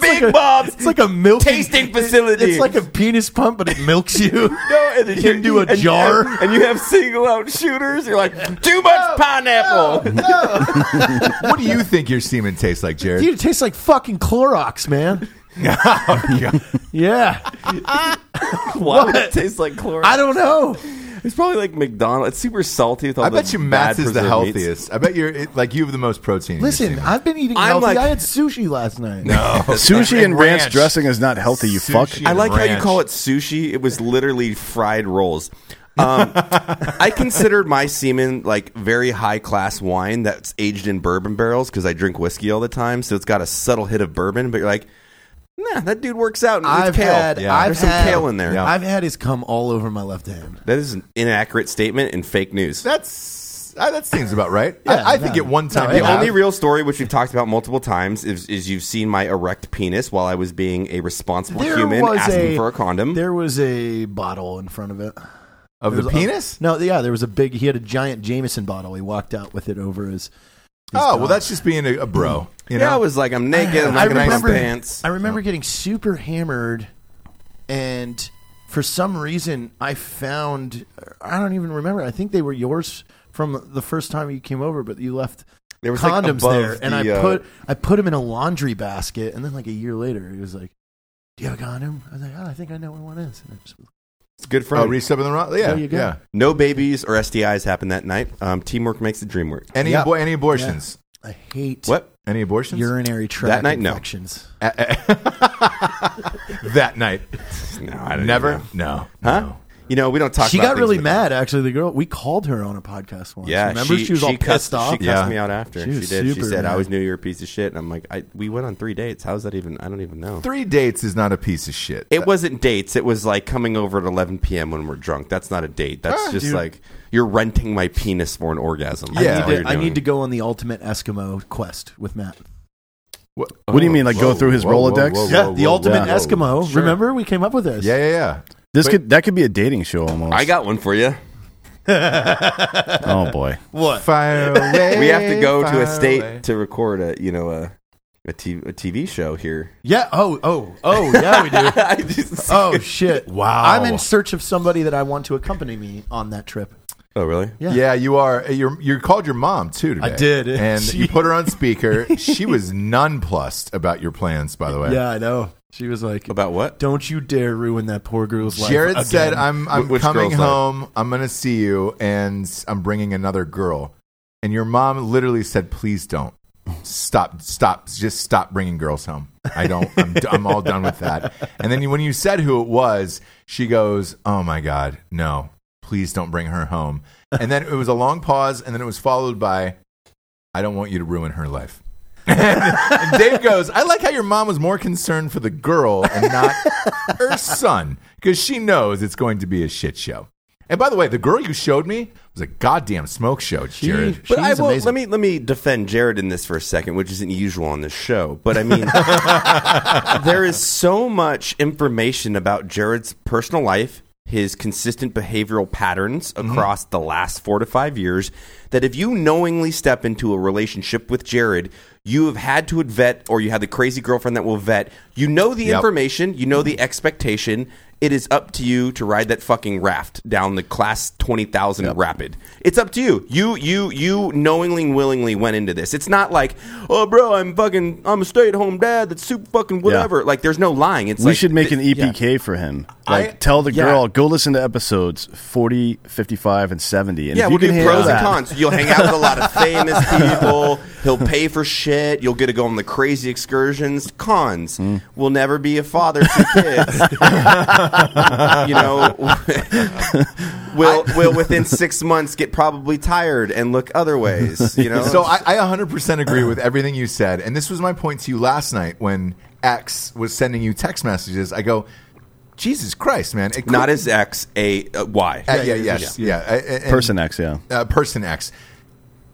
D: Big Bob's.
C: It's like a milk
D: Tasting facility.
C: It's like a penis pump, but it milks you.
D: No, and then you
C: into a
D: and-
C: jar.
D: and, you have single out shooters. You're like too much pineapple.
B: what do you think your semen tastes like, Jared?
C: Dude, it tastes like fucking Clorox, man.
D: Oh,
C: yeah,
D: Why would it taste like chlorine?
C: I don't know.
D: It's probably like McDonald's. It's super salty with all
B: I
D: the
B: bet you
D: bad
B: Matt's is the
D: preserved meats.
B: healthiest. I bet you're it, like you have the most protein. in your
C: Listen,
B: semen.
C: I've been eating
D: I'm
C: healthy.
D: like-
C: I had sushi last night.
E: Sushi and ranch,
B: ranch.
E: dressing is not healthy. You
B: Sushi
E: fuck.
B: and
D: I like how you
B: ranch.
D: call it sushi. It was literally fried rolls. Um, I considered my semen like very high class wine that's aged in bourbon barrels because I drink whiskey all the time. So it's got a subtle hit of bourbon, but you're like, nah, that dude works out. And
C: I've
D: eats kale.
C: had,
B: Yeah.
C: I've
D: There's some
C: had-
D: kale in there.
B: Yeah.
C: I've had his cum all over my left hand.
D: That is an inaccurate statement and fake news.
B: That's uh, that seems about right.
C: Yeah,
B: I, I think
C: no.
B: at one time
C: No,
B: you
C: it
D: the
B: have-
D: only real story, which we've talked about multiple times, is, is you've seen my erect penis while I was being a responsible human asking for a condom.
C: There was a bottle in front of it.
B: of
C: There
B: the
C: was a-
B: penis.
C: no, yeah, there was a big. He had a giant Jameson bottle. He walked out with it over his. his
B: oh
C: cock.
B: well, that's just being a, a bro. You know,
D: yeah, I was like, I'm naked. I'm
C: I
D: not going to
C: remember-
D: my pants. Oh.
C: I remember getting super hammered, and for some reason, I found I don't even remember. I think they were yours from the first time you came over, but you left
D: There was, like,
C: condoms
D: above
C: there, and
D: the,
C: I
D: uh,
C: put I put them in a laundry basket, and then like a year later, he was like, "Do you have a condom?" I was like, "Oh, I think I know where one is." And I just,
D: It's good for
B: oh, reached up in the wrong. Yeah,
C: There you go.
B: yeah.
D: No babies or STIs happened that night. Um, teamwork makes the dream work.
B: Any
C: Yeah.
B: abo- any abortions?
C: I hate
D: What?
B: Any abortions?
C: urinary tract
D: night, no.
C: infections.
B: that night,
D: No, I don't
B: never.
D: even
B: No,
D: know. Huh?
B: No.
D: You know, we don't talk.
C: She
D: about
C: got
D: things
C: really
D: with-
C: mad. Actually, the girl we called her on a podcast once.
D: Yeah,
C: remember she, was all
D: cussed,
C: pissed off.
D: She cussed
B: Yeah.
D: me out after.
C: She
D: She,
C: was
D: did. She
C: super
D: said, "I
C: mad.
D: always knew you were a piece of shit." And I'm like, I, "We went on three dates. How's that even? I don't even know."
B: Three dates is not a piece of shit.
D: It wasn't dates. It was like coming over at 11 p.m. when we're drunk. That's not a date. That's just like you're renting my penis for an orgasm.
B: Yeah.
D: That's
C: I need,
D: what you're
C: to, I
D: doing.
C: need to go on the ultimate Eskimo quest with Matt.
B: What,
E: What do you mean, like, go through his Rolodex?
C: Yeah, the ultimate
E: whoa.
C: Eskimo. Remember, we came up with this.
B: Yeah, yeah, yeah.
E: This could that could be a dating show almost.
D: I got one for you.
E: oh boy.
C: What?
B: Fire away.
D: We have to go to
B: fire
D: a state
B: away.
D: to record a you know a a, t- a TV show here.
C: Yeah. Oh, oh, oh, yeah, we do.
D: I just-
C: Oh, shit.
B: Wow.
C: I'm in search of somebody that I want to accompany me on that trip.
D: oh really?
C: Yeah.
B: Yeah, you are. You're you called your mom too today.
C: I did.
B: and
C: She-
B: you put her on speaker. she was nonplussed about your plans. By the way,
C: Yeah, I know. She was like,
D: About what?
C: don't you dare ruin that poor girl's life.
B: Jared
C: again."
B: said, "I'm I'm
D: Wh- which
B: coming
D: girl's life?
B: home. I'm going to see you, and I'm bringing another girl." And your mom literally said, "Please don't stop, stop, just stop bringing girls home. I don't. I'm, d- I'm all done with that." And then you- when you said who it was, she goes, "Oh my god, no! Please don't bring her home." And then it was a long pause, and then it was followed by, "I don't want you to ruin her life." and Dave goes, I like how your mom was more concerned for the girl and not her son because she knows it's going to be a shit show. And by the way, the girl you showed me was a goddamn smoke show, Jared.
C: She
D: But I
C: was
D: will,
C: amazing.
D: let me let me defend Jared in this for a second, which isn't usual on this show. But I mean, there is so much information about Jared's personal life, his consistent behavioral patterns across the last four to five years, that if you knowingly step into a relationship with Jared, you have had to vet, or you have the crazy girlfriend that will vet. You know the
B: Yep.
D: information, you know the expectation. It is up to you to ride that fucking raft down the class twenty thousand rapid. It's up to you. You you you knowingly and willingly went into this. It's not like, oh bro, I'm fucking I'm a stay at home dad that's super fucking whatever. Like there's no lying. It's
E: We
D: like,
E: should make an E
D: th- yeah.
E: EPK for him.
B: I-
E: Like tell the
C: yeah.
E: girl, go listen to episodes 40, 55 and 70 and
D: Yeah,
E: if you
D: we'll
E: can
D: do
E: handle
D: pros and
E: that-
D: cons. You'll hang out with a lot of famous people. He'll pay for shit. You'll get to go on the crazy excursions. Cons: we'll never be a father to kids. you know, will will within six months get probably tired and look other ways. You know,
B: So I, I 100% agree with everything you said, and this was my point to you last night when X was sending you text messages. I go, Jesus Christ, man! It
D: not
B: could-
D: as X a uh, Y.
B: Uh, yeah, yes, yeah. Uh, and-
E: Person X, yeah.
B: uh, person X.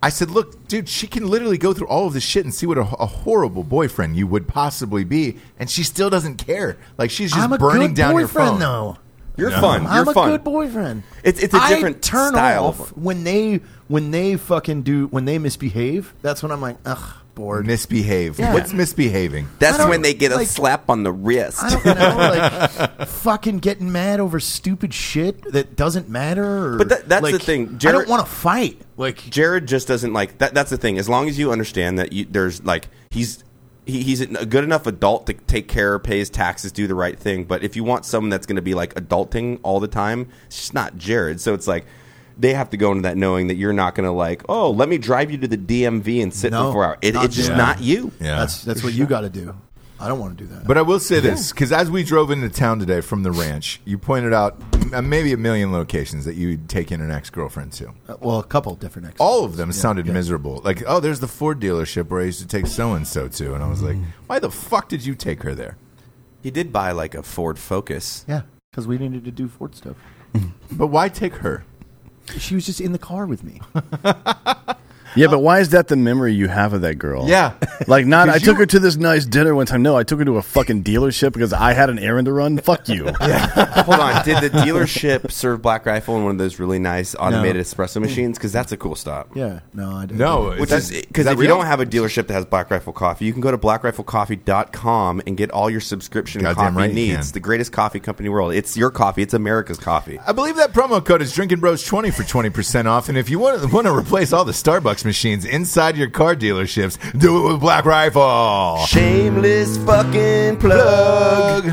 B: I said, look, dude, she can literally go through all of this shit and see what a, a horrible boyfriend you would possibly be, and she still doesn't care. Like she's just
F: I'm a
B: burning
F: good
B: down your
F: boyfriend,
B: phone.
F: though.
D: You're fun. You're
F: I'm a
D: fun.
F: good boyfriend.
D: It's- it's a
F: I
D: different
F: turn
D: style of
F: off when they when they fucking do when they misbehave. That's when I'm like, ugh,
B: Or
F: bored.
B: misbehave.
F: Yeah.
B: What's misbehaving?
F: I
D: That's
F: don't-
D: when they get a
F: like-
D: slap on the wrist.
F: I don't know, like fucking getting mad over stupid shit that doesn't matter. Or,
D: But that- that's the
F: like,
D: thing,
F: I
D: Jared-
F: don't want to fight. Like
D: Jared just doesn't like that. That's the thing. As long as you understand that you, there's like he's he, he's a good enough adult to take care, pay his taxes, do the right thing. But if you want someone that's going to be like adulting all the time, it's just not Jared. So it's like they have to go into that knowing that you're not going to like, oh, let me drive you to the DMV and sit
F: No,
D: for four hours. It,
F: not
D: it's just
F: Jared.
D: not you.
B: Yeah.
F: that's that's what you got to do. I don't want to do that.
B: But I will say this because as we drove into town today from the ranch, you pointed out m- uh, maybe a million locations that you'd take in an ex girlfriend to.
F: Uh, well, a couple different. Exes.
B: All of them sounded miserable. Like, oh, there's the Ford dealership where I used to take so and so to, and I was like,
F: Mm-hmm.
B: why the fuck did you take her there?
D: He did buy like a Ford Focus.
F: yeah, because we needed to do Ford stuff.
B: But why take her?
F: She was just in the car with me.
E: Yeah, but why is that the memory you have of that girl?
B: Yeah.
E: Like, not, I
B: Because
E: took
B: you-
E: her to this nice dinner one time. No, I took her to a fucking dealership because I had an errand to run. Fuck you.
D: Hold on, did the dealership serve Black Rifle in one of those really nice automated espresso machines? Because that's a cool stop.
F: Yeah, no, I didn't.
B: No,
D: Which
B: that-
D: is because
B: that
D: if you
B: real?
D: don't have a dealership that has Black Rifle coffee, you can go to blackriflecoffee.com and get all your subscription
B: Goddamn
D: coffee
B: right you
D: needs.
B: can.
D: The greatest coffee company in the world. It's your coffee. It's America's coffee.
B: I believe that promo code is Drinking Bros twenty for twenty percent off. And if you want want to replace all the Starbucks machines inside your car dealerships, do it with Black Rifle.
D: Shameless fucking plug.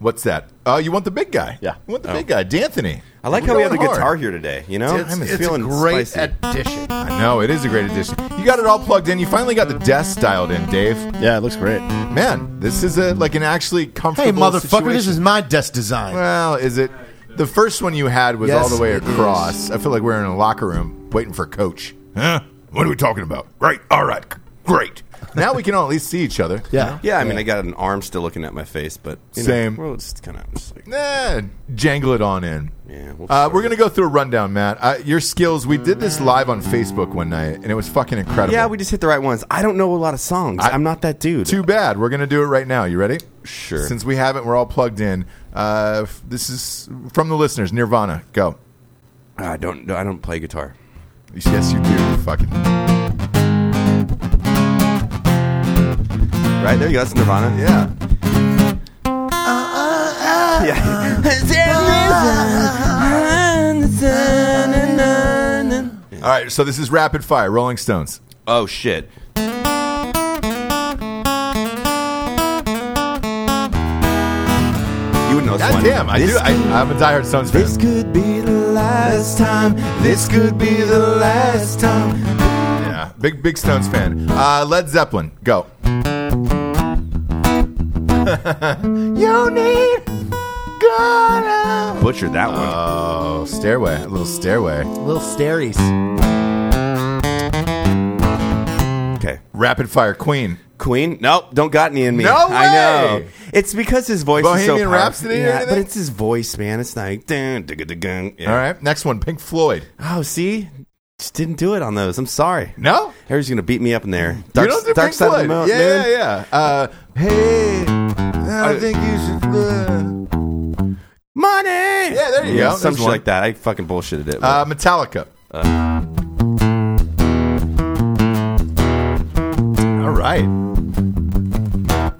B: What's that? Oh, you want the big guy?
E: Yeah.
B: you want the big guy, D'Anthony.
D: Oh. I like
B: We're
D: how we have the
B: going hard.
D: guitar here today. You know,
B: It's-
D: I'm
B: it's
D: feeling
F: great
D: spicy.
F: addition.
B: I know it is a great addition. You got it all plugged in. You finally got the desk dialed in, Dave.
E: Yeah, it looks great.
B: Man, this is a like an actually comfortable.
F: Hey, motherfucker,
B: situation.
F: this is my desk design.
B: well, is it? The first one you had was
F: Yes,
B: all the way
F: it
B: across. I feel like we're in a locker room waiting for coach. Huh? What are we talking about? Great. All right. Great. Now we can all at least see each other.
F: yeah,
D: yeah, I mean, I got an arm still looking at my face, but you know,
B: Same.
D: Well, it's kind of just like
B: Nah, jangle it on in.
D: Yeah, we'll
B: uh,
D: sort
B: we're
D: it.
B: gonna go through a rundown, Matt. Uh, your skills. We did this live on Facebook one night, and it was fucking incredible.
D: yeah, we just hit the right ones. I don't know a lot of songs. I, am not that dude.
B: Too bad. We're gonna do it right now. You ready?
D: Sure.
B: Since we haven't, we're all plugged in. Uh, f- this is from the listeners. Nirvana. Go.
D: I don't. I don't play guitar.
B: Yes, you do. you Fucking.
D: Right there, you go. That's Nirvana.
B: Yeah. All right. So this is rapid fire. Rolling Stones.
D: Oh shit. You would know this
B: God
D: one.
B: damn. I
D: This
B: do. I, I'm a diehard Stones fan.
D: This could be the last time. This could be the last time.
B: Yeah, big big Stones fan. Uh, Led Zeppelin, go. you need gonna.
D: Butchered that one.
B: Oh, stairway, a little stairway.
F: little staries.
D: okay.
B: Rapid fire, Queen.
D: Queen? Nope, don't got any in me.
B: No
D: I know.
B: way!
D: It's because his voice is so
B: Bohemian
D: powerful.
B: Rapsody or
D: Yeah, but
B: anything?
D: it's his voice, man. It's like dun, digga, digga, yeah.
B: All right, next one, Pink Floyd.
D: Oh, see? Just didn't do it on those. I'm sorry.
B: No,
D: Harry's gonna beat me up in there. Dark,
B: you don't do
D: dark
B: Pink
D: side of
B: Floyd.
D: the moon,
B: yeah,
D: man.
B: yeah, yeah. Uh, hey, I think you should. Uh,
D: Money. Yeah,
B: there you go.
D: Some
B: There's
D: shit
B: one.
D: like that. I fucking bullshitted it. but-
B: uh, Metallica. All right.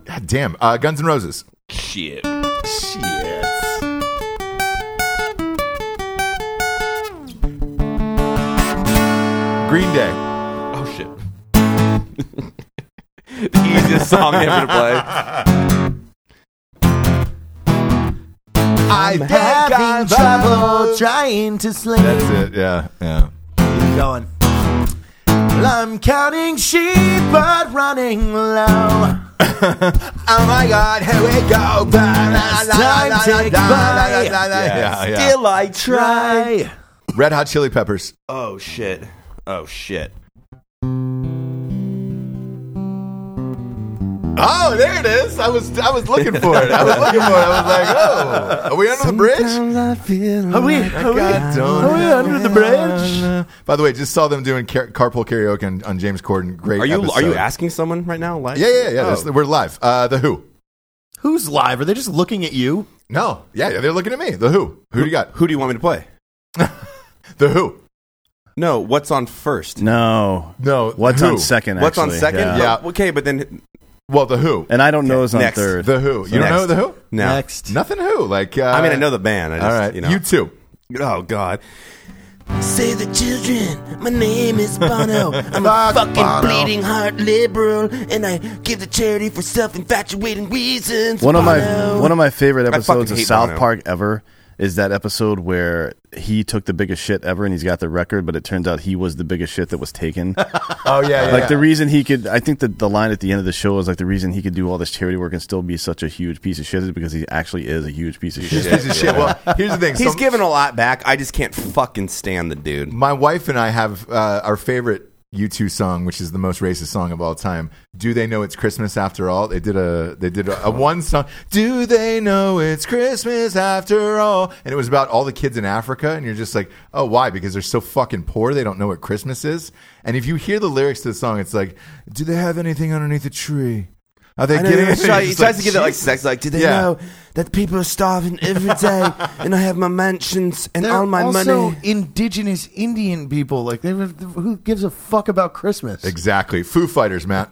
B: God damn. Uh, Guns N' Roses.
D: shit.
B: Shit. Green Day.
D: Oh shit. the easiest song ever to play.
B: I
F: Having trouble trying to sleep.
B: That's it. Yeah. Yeah.
F: Keep going. Well, I'm counting sheep, but running low.
D: Oh my God, here we go.
C: time ticks by.
B: Yeah, yeah.
D: Still I try.
B: Red Hot Chili Peppers.
D: Oh shit. Oh shit.
B: Oh, there it is. I was I was looking for it. I was looking for it. I was like, oh, are we under the bridge?
F: Are we, are we,
B: God, don't-
F: are we under the bridge?
B: By the way, just saw them doing car- carpool karaoke on, on James Corden. Great.
D: Are you
B: episode.
D: are you Oh. asking someone right now? Like,
B: Yeah, yeah, yeah. This- We're live. Uh, the Who.
F: Who's live? Are they just looking at you?
B: No, yeah, yeah, they're looking at me. The Who. Who do you got?
D: Who do you want me to play?
B: The Who.
D: No, what's on first?
E: No.
B: No,
E: What's
B: who?
E: on second?
D: What's on
E: actually?
D: second?
E: Yeah.
B: Yeah.
D: Oh, okay, but then
B: Well, the Who.
E: And I don't know is on
D: Next.
E: third.
B: The Who. You don't know
D: Next.
B: the Who?
D: no.
F: Next.
B: Nothing Who. Like, uh,
D: I mean, I know the band. I just,
B: all right,
D: you know.
B: too.
D: oh God.
G: Save the children. My name is Bono. I'm
B: Fuck
G: a fucking
B: Bono.
G: bleeding heart liberal, and I give to charity for self-infatuating reasons.
E: One of my
G: Bono.
E: one of my favorite
D: fucking
E: episodes of
D: hate
E: South
D: Bono.
E: Park ever is that episode where he took the biggest shit ever and he's got the record, but it turns out he was the biggest shit that was taken.
B: Oh yeah, yeah.
E: like the
B: yeah.
E: reason he could, I think that the line at the end of the show is like the reason he could do all this charity work and still be such a huge piece of shit is because he actually is a huge piece of shit.
B: piece of shit. Well, here's the thing.
D: He's
B: So
D: giving a lot back. I just can't fucking stand the dude.
B: my wife and I have uh, our favorite U2 song, which is the most racist song of all time. Do they know it's Christmas after all? They did a they did
D: Oh.
B: a, a one song. Do they know it's Christmas after all? And it was about all the kids in Africa, and you're just like, oh, why? Because they're so fucking poor, they don't know what Christmas is. And if you hear the lyrics to the song, it's like, do they have anything underneath the tree? Are they
G: I know,
B: getting?
G: he
B: anything?
G: tries-
D: He
B: It's
D: tries to get that like
B: Jesus.
D: sex. Like, do they
B: Yeah.
D: know that people are starving every day? and I have my mansions and all my
F: also
D: money.
F: indigenous Indian people. Like, they, who gives a fuck about Christmas?
B: Exactly. Foo Fighters, Matt.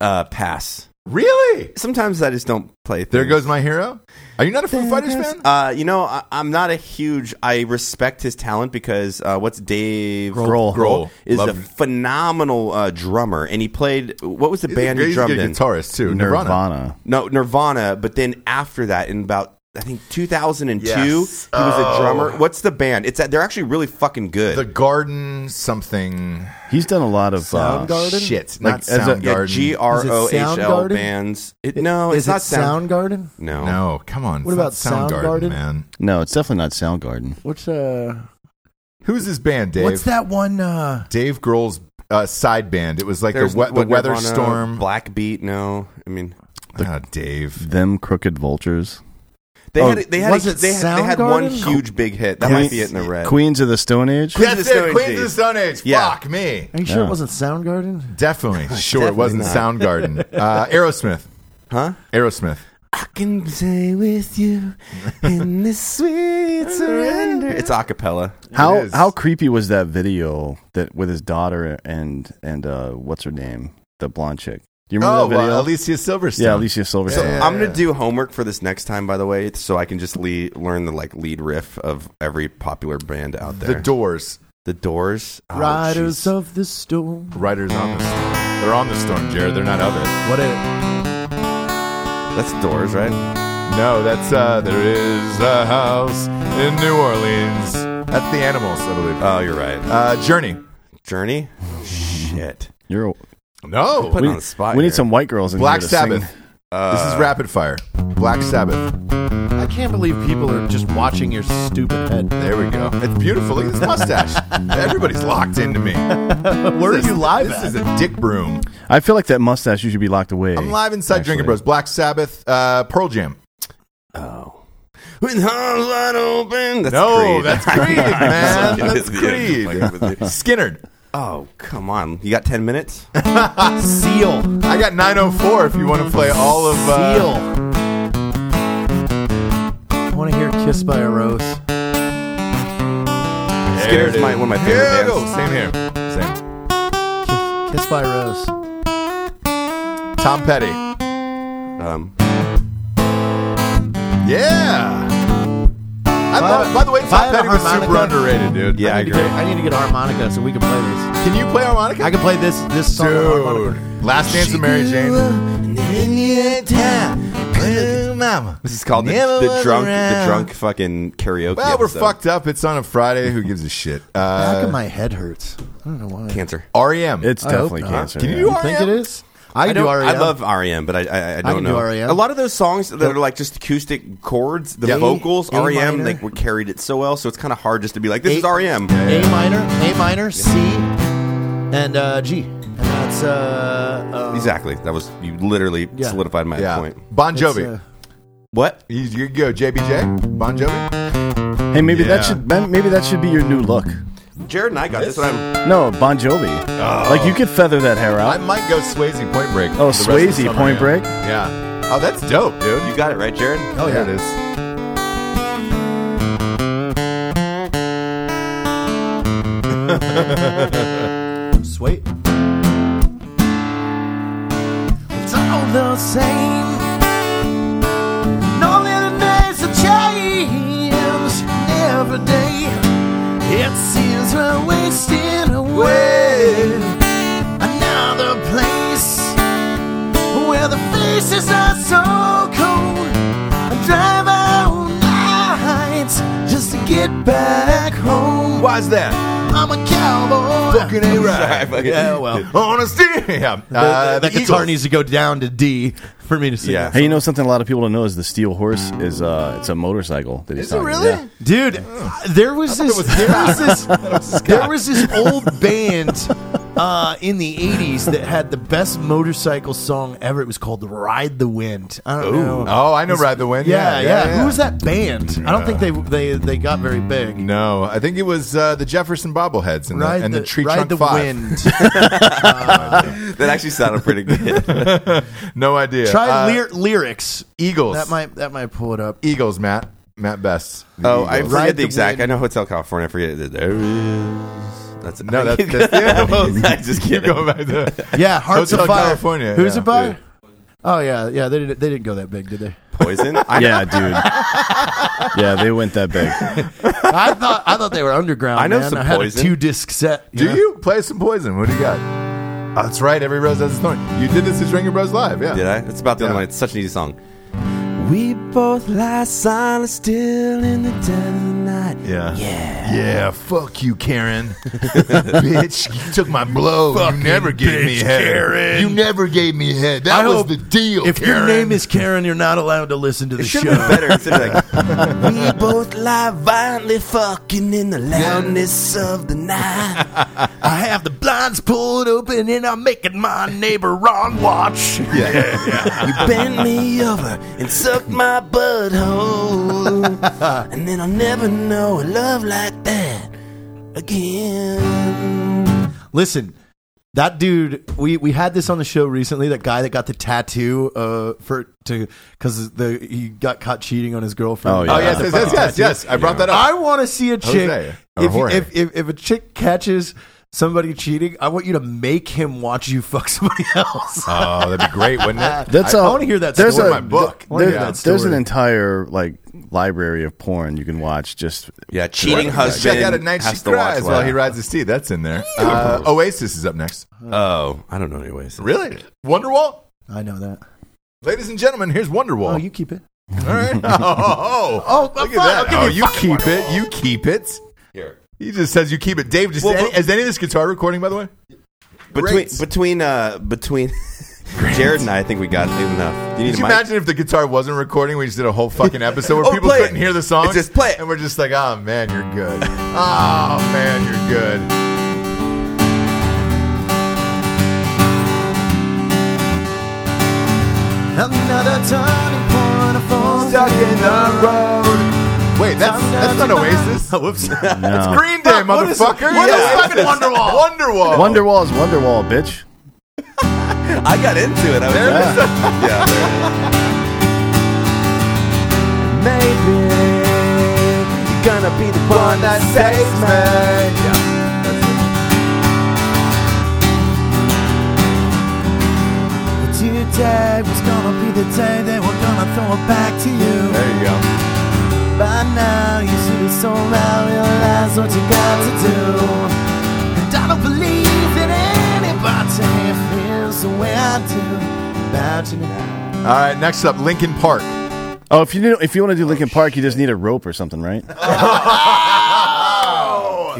D: Uh, pass.
B: really?
D: Sometimes I just don't play.
B: There
D: things.
B: goes my hero. Are you not a Foo Fighters fan?
D: Uh, you know, I, I'm not a huge. I respect his talent because uh, what's Dave
E: Grohl.
B: Grohl.
D: is
B: Love
D: a
B: him.
D: phenomenal uh, drummer, and he played what was the
B: He's a
D: band
B: good-
D: he
B: he's a
D: drummed
B: good
D: in?
B: guitarist too.
E: Nirvana.
B: Nirvana.
D: No, Nirvana. But then after that, in about I think 2002, he was a drummer. What's the band? It's they're actually really fucking good.
B: The Garden something.
E: He's done a lot of uh,
B: Shit,
E: Like,
B: not
E: as a-
B: Soundgarden.
D: yeah, G R O H L
F: Soundgarden?
D: bands. It, no,
F: Is
D: it's not
F: it
D: Sound.
F: Soundgarden?
D: No,
B: no, come on.
F: What
B: it's
F: about
B: not Soundgarden,
F: Soundgarden?
B: man?
E: no, it's definitely not Soundgarden.
F: What's uh?
B: Who's his band, Dave?
F: What's that one? Uh,
B: Dave Grohl's uh, side band. It was like
D: There's
B: the, we- the
D: what,
B: Weather
D: Nirvana,
B: Storm.
D: Black Beat. No, I mean
B: Ah, Dave.
E: Them crooked vultures.
D: They
E: Oh,
D: had they had,
F: was it
D: they, had they had one
F: Soundgarden?
D: huge big hit. That might be it in the red.
E: Queens of the Stone Age.
D: Queens of
B: That's
D: the Stone
B: it.
D: Age.
B: Queens of the Stone Age.
D: Yeah.
B: Fuck me.
F: are you sure
E: Yeah.
F: it wasn't Soundgarden?
B: Definitely. Sure, it wasn't Soundgarden. Uh, Aerosmith.
D: Huh?
B: Aerosmith.
D: I can play with you in this sweet surrender. It's a cappella.
E: How
B: is.
E: how creepy was that video that with his daughter and and uh, what's her name, the blonde chick? Do you remember
B: Oh,
E: that video?
B: uh, Alicia Silverstone.
E: yeah, Alicia Silverstone.
B: Yeah, yeah, yeah.
D: I'm gonna do homework for this next time, by the way, so I can just le- learn the like lead riff of every popular band out there.
B: The Doors.
D: The Doors, Oh,
F: Riders
D: jeez.
F: of the Storm.
B: Riders on the Storm. They're on the Storm, Jared. They're not of it.
F: What a
D: That's Doors, right?
B: No, that's uh, there is a house in New Orleans. That's the Animals, I believe.
D: Oh, you're right.
B: Uh, Journey.
D: Journey. Shit.
E: You're a-
B: No,
D: Put
E: we,
D: on the spot.
E: we need
D: here.
E: some white girls in
B: Black
E: here to sing.
B: Sabbath. Uh, this is rapid fire. Black Sabbath.
F: I can't believe people are just watching your stupid head.
B: There we go. It's beautiful. Look at this mustache. Everybody's locked into me.
F: Where are you live
B: This
F: at?
B: is a dick broom.
E: I feel like that mustache you should be locked away.
B: I'm live inside
E: Actually.
B: Drinking Bros. Black Sabbath. Uh, Pearl Jam.
D: Oh. With arms wide open. That's
B: No,
D: Creed.
B: that's Creed, man.
D: I'm
B: That's
D: just kidding with you. I'm just
B: Creed.
D: fucking with you.
B: Skinnerd.
D: Oh, come on. You got 10 minutes?
F: Seal.
B: I got 904 if you want to play all of. Uh,
F: Seal. I want to hear "Kiss by a Rose."
B: There it
D: Skinner's my,
B: is.
D: one of my favorite
B: Here we go.
D: bands.
B: Same here. Same.
F: Kiss, Kiss by a Rose.
B: Tom Petty.
D: Um,
B: Yeah. I love it. By the way,
F: If I had
B: Tom Petty
F: a
B: was super
F: harmonica-
B: underrated, dude.
D: Yeah, I
F: need
D: agree.
F: to get- I need to get a harmonica so we can play this.
B: Can you play harmonica?
F: I can play this this song on harmonica.
B: Dude, Last Dance of Mary Jane. Mama.
D: this is called the,
B: Never
D: the
B: was
D: drunk the
B: around.
D: drunk fucking karaoke.
B: Well, we're
D: episode.
B: fucked up. It's on a Friday. Who gives a shit?
F: How
B: Uh, E
F: come my head hurts? I don't know why.
D: Cancer.
B: REM.
E: It's
F: I hope
E: definitely
F: not.
E: cancer.
B: Can
E: yeah.
B: you
F: think it is?
C: I, do
D: don't-
F: E
C: REM.
D: I love REM, but I I, I don't
C: can do
D: know
C: R.E.M..
D: A lot of those songs that are like just acoustic chords, the
C: Yeah.
D: vocals,
C: A- A
D: REM,
C: minor.
D: like we carried it so well, so it's kind of hard just to be like, this is E
C: A-
D: REM.
C: A minor, A minor, C, and uh, G. And that's uh, uh
D: Exactly. That was you. Literally
C: Yeah.
D: solidified my
B: Yeah.
D: point.
B: Bon
C: it's,
B: Jovi.
C: uh,
D: What?
B: You you go, JBJ. Bon Jovi.
E: Hey, maybe
B: Yeah.
E: that should maybe that should be your new look.
D: Jared and I got this. I'm,
E: No, Bon Jovi. Like you could feather that hair
B: I
E: out.
B: might go Swayze Point Break.
E: Oh,
B: for Oh. the rest of the
E: Swayze,
B: summer,
E: Point
B: yeah.
E: Break?
B: Yeah. Oh, that's dope, dude.
D: you got it right, Jared.
B: Oh, There
C: yeah.
B: it is.
C: Sway. It's all the same. No little days of change every day. It seems we're wasting away. Another place where the faces are so cold. I drive out nights just to get back home.
B: Why's that?
C: I'm a cowboy.
B: Fucking A
D: Sorry,
B: right.
D: fucking-
C: Yeah, well.
B: Oh, Honesty. Yeah.
C: Uh,
B: Uh,
C: that
B: the
C: guitar
B: Eagles.
C: needs to go down to D for me to sing.
D: Yeah.
E: Hey, you know something? A lot of people don't know is the steel horse is uh, it's a motorcycle. That he's
B: Is it
E: on.
B: really?
E: Yeah.
C: Dude, uh, there was this there was this there was this old band uh, in the 80s that had the best motorcycle song ever. It was called Ride the Wind. I don't know.
B: Oh, I know Ride the Wind.
C: yeah, yeah,
B: yeah.
C: Who was that band? I don't think they they they got very big.
B: No, I think it was uh, the Jefferson bobbleheads and,
C: Ride
B: the, and the, tree
C: Ride
B: trunk
C: the
B: five.
C: Wind.
D: That actually sounded pretty good.
B: No idea.
C: Try
B: Uh,
C: lyr- lyrics.
B: Eagles.
C: That might that might pull it up.
B: Eagles, Matt. Matt Best. The
D: oh, I
B: Eagles.
D: forget
C: Ride
D: the
C: the
D: exact.
C: wind.
D: I know Hotel California. I forget it. There is. That's
B: No, that's,
D: I-
B: that's the animals.
D: I'm just
B: Keep
D: kidding.
B: going back to
C: Yeah, Hearts
B: Hotel
C: of Fire.
B: California,
C: Who's
B: yeah.
C: it by? Oh yeah, yeah. They didn't they didn't go that big, did they?
D: Poison. I,
E: Yeah, dude. yeah, they went that big.
C: I thought I thought they were underground.
D: I know
C: man.
D: some
C: I had
D: Poison.
C: a two disc set.
B: Do
C: know?
B: you play some poison? What do you got? Oh, that's right. Every rose has its thorn. You did this at Drinking Bros Live. Yeah.
D: Did I? It's about the
B: Yeah.
D: only one. It's such an easy song. We both lie silent still in the dead of the night.
B: Yeah. Yeah. Yeah. Fuck you, Karen. bitch, you took my blow. you never gave me head. Karen. You never gave me head. That
C: I
B: was
C: hope
B: the deal.
C: If your
B: Karen.
C: name is Karen, you're not allowed to listen to the
D: It should
C: show.
D: have been better. It should have been like,
G: We both lie violently fucking in the loudness of the night.
C: I have the blinds pulled open and I'm making my neighbor Ron watch.
G: You bend me over and suck my butthole. And then I'll never know a love like that again.
C: Listen, that dude, we, we had this on the show recently. That guy that got the tattoo uh, for to because the he got caught cheating on his girlfriend.
E: Oh, yeah.
B: Oh, yes,
E: Uh,
B: yes, yes, yes, yes. I brought that up.
C: I want to see a chick.
B: Jose or
C: If,
B: Jorge.
C: if, if if a chick catches somebody cheating, I want you to make him watch you fuck somebody else.
B: Oh, that'd be great, wouldn't it?
E: That's
C: I
E: all.
C: wanna hear that
E: There's
C: story.
E: a
B: My book.
E: th-
B: I wanna
E: there-
B: hear that
E: there's an
C: story.
E: entire like library of porn you can watch. Just
D: yeah, cheating husband.
B: Check out at night she
D: has to watch
B: cries while
D: Wild.
B: he rides his teeth. That's in there. Uh, Oasis is up next.
D: Oh, I don't know anyways.
B: Really? Wonderwall?
C: I know that.
B: Ladies and gentlemen, here's Wonderwall.
C: Oh, you keep it.
B: All right. Oh, oh, oh.
C: Oh,
B: look
C: fine, I'll
B: at that.
C: give
B: Oh,
C: you
B: you keep it. You keep it.
D: Here.
B: He just says you keep it. Dave, just
D: Well,
B: any-
D: but-
B: is any of this guitar recording, by the way?
D: Between
B: Great.
D: between uh between Jared and I, I think we got enough.
B: Could
D: You need a
B: you
D: mic.
B: imagine if the guitar wasn't recording? We just did a whole fucking episode where
D: Oh,
B: people
D: play it.
B: couldn't hear the song.
D: It's just play it.
B: And we're just like, oh, man, you're good. oh, man, you're good.
C: Another turning point of
B: Stuck in the road. Wait, that's, that's not Oasis.
C: Whoops.
E: no.
B: Green Day, motherfucker.
C: what is
B: Yeah.
C: fucking Wonderwall?
B: Wonderwall.
E: Wonderwall is Wonderwall, bitch.
D: I got into it. I was
B: There it is.
D: yeah. there it is.
G: Maybe you're gonna be the one that saves me.
C: Today was gonna be the day that we're gonna throw it back to you.
B: There you go.
C: By now, you should be so now realize what you got to do. And I don't believe that anybody feels the way I do about you now.
B: All right, next up, Lincoln Park.
E: Oh, if you do, if you want to do Lincoln Park, you just need a rope or something, right?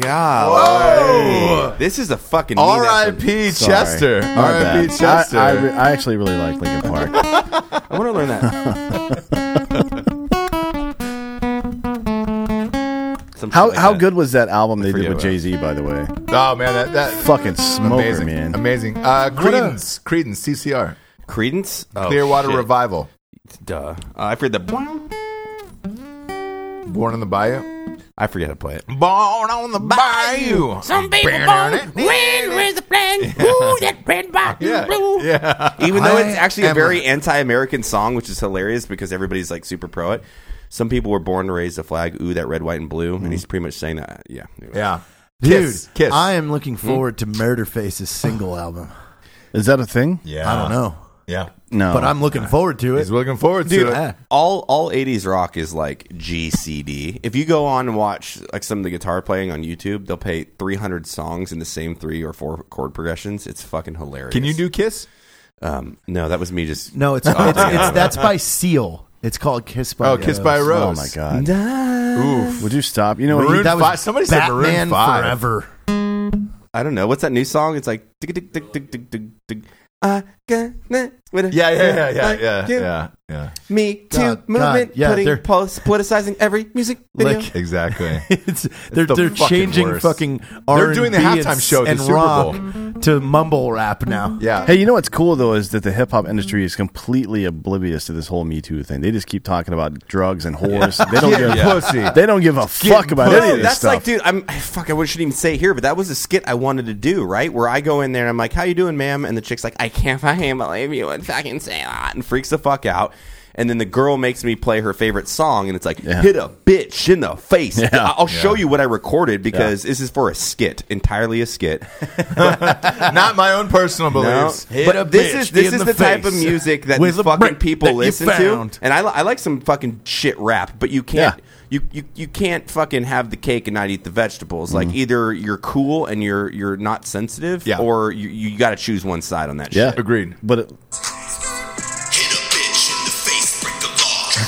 D: Yeah.
B: Oh,
D: This is a fucking mean effort.
B: R.I.P.
E: Sorry.
B: Chester.
E: My
B: R.I.P.
E: bad.
B: Chester.
E: I, I, re- I actually really like Lincoln Park.
D: I want to learn that. Some shit
E: How
D: like
E: how
D: that.
E: good was that album they did
D: forget
E: with
D: about
E: Jay Z? By the way,
B: oh man, that, that
E: fucking smoker,
B: amazing,
E: man.
B: amazing. Uh,
E: a-
B: Credence, Credence, CCR,
D: Credence? Oh,
B: Clearwater
D: shit.
B: Revival,
D: Duh. Uh, I forget the.
B: Born on the Bayou.
D: I forget how to play it.
B: Born on the Bayou.
H: Some people born win with the flag. Ooh, that red, white,
B: Yeah,
H: and blue.
B: yeah.
D: Even though
B: I
D: it's actually a
B: am
D: very anti-American song, which is hilarious because everybody's like super pro it. Some people were born to raise the flag. Ooh, that red, white, and blue. And he's pretty much saying that. Yeah. Anyway.
B: Mm. Yeah.
C: Dude,
B: Kiss, kiss. Hmm?
C: I am looking forward to Murderface's single album.
E: Is that a thing?
B: Yeah. Oh,
C: I don't know,
B: Yeah.
E: No,
C: but I'm looking forward to it.
B: He's looking forward
D: Dude,
B: to it.
C: Yeah.
D: all all '80s rock is like GCD. If you go on and watch like some of the guitar playing on YouTube, they'll play 300 songs in the same three or four chord progressions. It's fucking hilarious.
B: Can you do Kiss?
D: Um, no, that was me just.
C: No, it's, it's, it's that's by Seal. It's called Kiss by
B: Oh,
C: a
B: Kiss by a
C: Rose.
E: Oh
B: Rose.
E: my god. Would you stop? You know what?
B: Maroon
C: That was
B: five. Somebody said Maroon
C: Batman
B: five.
C: Forever.
D: I don't know what's that new song. It's like. dig, dig, dig, dig, dig, dig, dig. I got it with a-
B: Yeah, yeah, yeah, yeah,
D: like
B: yeah,
D: you.
B: yeah, yeah.
D: Me too.
C: God, God,
D: movement.
C: yeah, they're-
D: putting post politicizing every music video.
C: Like-
B: Exactly.
C: It's, they're
B: the
C: they're
B: fucking
C: changing
B: worst.
C: fucking R
B: They're doing the halftime show at the
C: and
B: Super
C: rock to mumble rap now.
B: Yeah.
E: Hey, you know what's cool though is that the hip hop industry is completely oblivious to this whole Me Too thing. They just keep talking about drugs and whores. They don't
B: Getting
E: give
B: pussy.
E: They don't give a fuck about
B: pussy.
E: any of
D: No, Oh,
E: this
D: that's
E: stuff.
D: like, dude. I'm fuck. I wish- shouldn't even say it here, but that was a skit I wanted to do, right? Where I go in there and I'm like, "How you doing, ma'am?" And the chick's like, "I can't fucking believe you would fucking say that," and freaks the fuck out. And then the girl makes me play her favorite song, and it's like, "Hit a bitch in the face." I- I'll show you what I recorded because this is for a skit, entirely a skit.
B: Not my own personal
D: No,
B: beliefs.
D: but this is this is the, type of
C: face
D: music that
C: with
D: these
C: a
D: fucking
C: brick
D: people
C: that you
D: listen
C: found.
D: to. And I, li- I like some fucking shit rap, but you can't
E: Yeah.
D: you, you you can't fucking have the cake and not eat the vegetables. Like
C: Mm-hmm.
D: either you're cool and you're you're not sensitive,
B: Yeah.
D: or you, you got to choose one side on that.
E: yeah,
D: shit.
B: Agreed.
E: But it,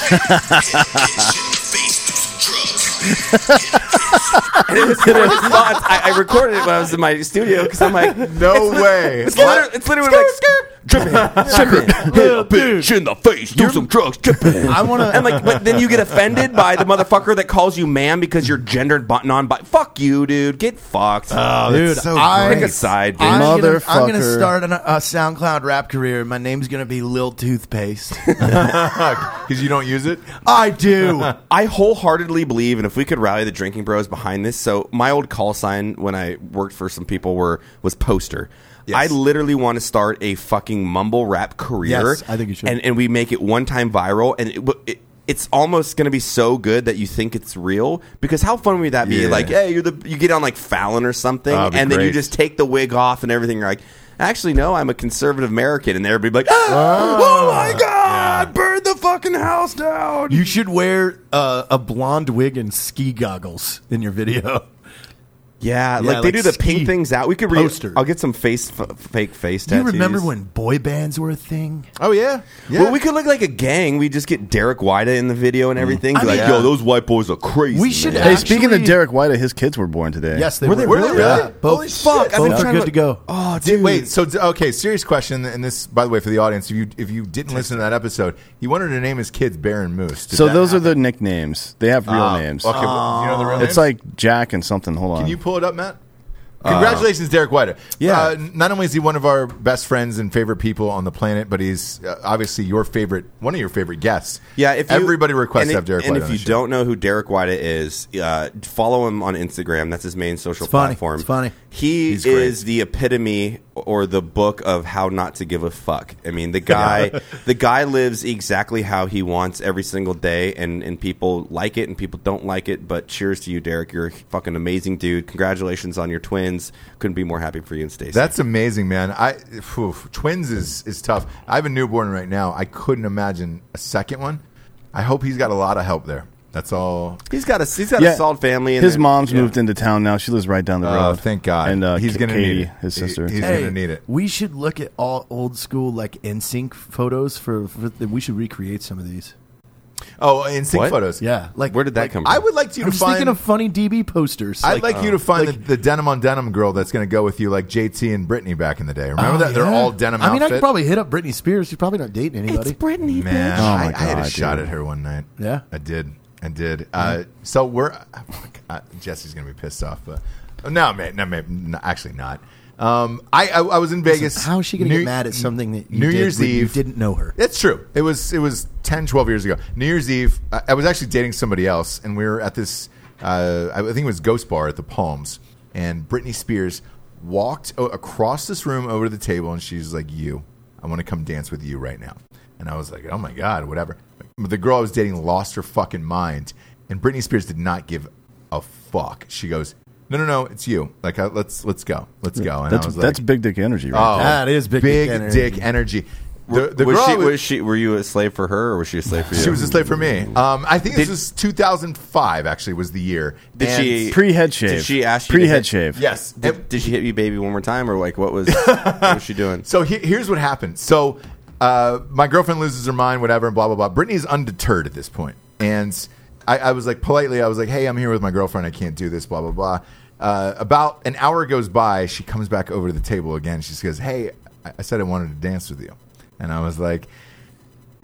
I: Hit a bitch in the face, break the law. Hit a bitch in the face, do some drugs.
D: And it was it was nuts. I, I recorded it when I was in my studio because I'm like,
B: No way.
D: it's literally, it's literally like skirt, dripping, hit a bitch in the face, do some drugs, dripping.
C: I want
D: and
C: to.
D: like, but then you get offended by the motherfucker that calls you man because you're gendered, but non bi. Fuck you, dude. Get fucked.
B: Dude,
C: so
B: I,
D: Pick a side, dude.
C: I'm gonna, I'm gonna
E: Motherfucker.
C: start an, a SoundCloud rap career. My name's gonna be Lil Toothpaste.
B: because you don't use it.
C: I do.
D: I wholeheartedly believe, and if we could rally the drinking bros behind this, so my old call sign when I worked for some people were was poster. I literally want to start a fucking mumble rap career.
C: Yes, I think you should.
D: And, and we make it one time viral, and it, it, it's almost going to be so good that you think it's real. Because how fun would that be?
B: Yeah.
D: Like, hey, you're the you get on like Fallon or something,
B: Oh,
D: and
B: it'd be
D: then you
B: great.
D: just take the wig off and everything. You're like, actually, no, I'm a conservative American, and everybody like, ah, oh my god, burn the fucking house down.
C: You should wear uh, a blonde wig and ski goggles in your video.
D: Yeah,
C: Yeah,
D: like they
C: like
D: do the pink
C: ski
D: things out. We could re-
C: poster.
D: I'll get some face f- fake face
C: Do you
D: tattoos.
C: remember when boy bands were a thing?
B: Oh yeah. Yeah.
D: Well, we could look like a gang. We just get Derek Wida in the video and everything.
C: Mm. I
D: Be like,
C: mean-
D: yo, those white boys are crazy.
C: We should
D: man."
E: hey, speaking of
C: Actually-
E: Derek White, his kids were born today.
C: Yes, they
D: Were
C: were.
D: they really?
C: Yeah.
D: Really?
C: Both,
D: Holy fuck, I've been
C: Both
D: trying
C: are
D: to
C: good
D: look-
C: to go.
D: Oh,
B: Did-
D: dude.
B: wait. So d- okay, serious question, and this, by the way, for the audience, if you if you didn't listen to that episode, he wanted to name his kids Baron Moose. Did
E: So
B: that
E: those
B: happen? Ah,
E: are the nicknames. They have real names.
B: Um, Okay, well, you know the real
E: It's
B: names?
E: like Jack and something. Hold on.
B: Can you pull it up, Matt? Congratulations, Derek White.
D: yeah.
B: Uh, not only is he one of our best friends and favorite people on the planet, but he's uh, obviously your favorite, one of your favorite guests.
D: Yeah, if you-
B: everybody requests
D: and
B: to
D: if-
B: have Derek
D: And
B: White
D: if
B: on
D: you
B: the show.
D: don't know who Derek Wida is, uh, follow him on Instagram. That's his main social
C: It's funny.
D: platform.
C: It's funny.
D: He
B: He's great.
D: is the epitome or the book of how not to give a fuck. I mean, the guy, the guy lives exactly how he wants every single day, and and people like it and people don't like it. But cheers to you, Derek. You're a fucking amazing dude. Congratulations on your twins. Couldn't be more happy for you and Stacey.
B: That's amazing, man. I phew, twins is is tough. I have a newborn right now. I couldn't imagine a second one. I hope he's got a lot of help there. That's all.
D: he's got a he's got
E: Yeah.
D: a solid family. And
E: His
D: they're-
E: mom's
D: yeah.
E: moved into town now. She lives right down the road.
B: Uh, thank God.
E: And uh,
B: he's
E: Ka-
B: going to
E: Katie,
B: need it.
E: his
B: He-
E: sister.
B: he's going to need it.
C: We should look at all old school like NSYNC photos for, for we should recreate some of these.
B: Oh, in sync
D: What?
B: photos.
C: Yeah, like
D: Where did that come from?
B: I would like you
C: I'm
B: to
C: just
B: find.
C: thinking of funny DB posters.
B: I'd like you to find the, the denim on denim girl that's going to go with you, like JT and Brittany back in the day. Remember
C: Oh,
B: that they're
C: yeah.
B: all denim.
C: I mean, I
B: outfit?
C: could probably hit up Britney Spears. She's probably not dating anybody.
G: Brittany,
B: Man,
E: Oh
B: I,
E: my
B: I had a
E: God, dude.
B: shot at her one night.
C: Yeah?
B: I did. I did. Uh, so we're ah, fuck, uh, Jesse's gonna be pissed off, but oh, no, man, no, man, no, actually not. Um, I, I I was in Vegas.
C: How is she going to
B: New-
C: get mad at something that you
B: New
C: did
B: Year's
C: when you
B: Eve
C: didn't know her?
B: It's true. It was it was 10, 12 years ago. New Year's Eve. I, I was actually dating somebody else, and we were at this. Uh, I think it was Ghost Bar at the Palms, and Britney Spears walked o- across this room over to the table, and she's like, "You, I want to come dance with you right now." And I was like, "Oh my god, whatever." But the girl I was dating lost her fucking mind, and Britney Spears did not give a fuck. She goes, "No, no, no, it's you. Like, I, let's let's go, let's go." And
E: That's
B: I was like,
E: that's big dick energy, right?
B: Oh,
C: That Ah, is big dick energy.
B: dick energy. The, the
D: was
B: girl
D: she,
B: I was-
D: was she? Were you a slave for her, or was she a slave for you?
B: she was a slave for me. Um, I think this
D: Did-
B: was 2005. Actually, was the year.
D: Did
B: And-
D: she
E: Pre head shave.
D: Did she ask you? to
E: Pre head
D: hit-
E: shave.
B: Yes.
D: Did,
B: And-
D: did she hit you, baby, one more time, or like what was what was she doing?
B: so he- here's what happened. So uh, my girlfriend loses her mind, whatever, and blah blah blah. Brittany's undeterred at this point, and I, I was like politely, I was like, "Hey, I'm here with my girlfriend. I can't do this." Blah blah blah. Uh, about an hour goes by. She comes back over to the table again. She says, "Hey, I I said I wanted to dance with you," and I was like,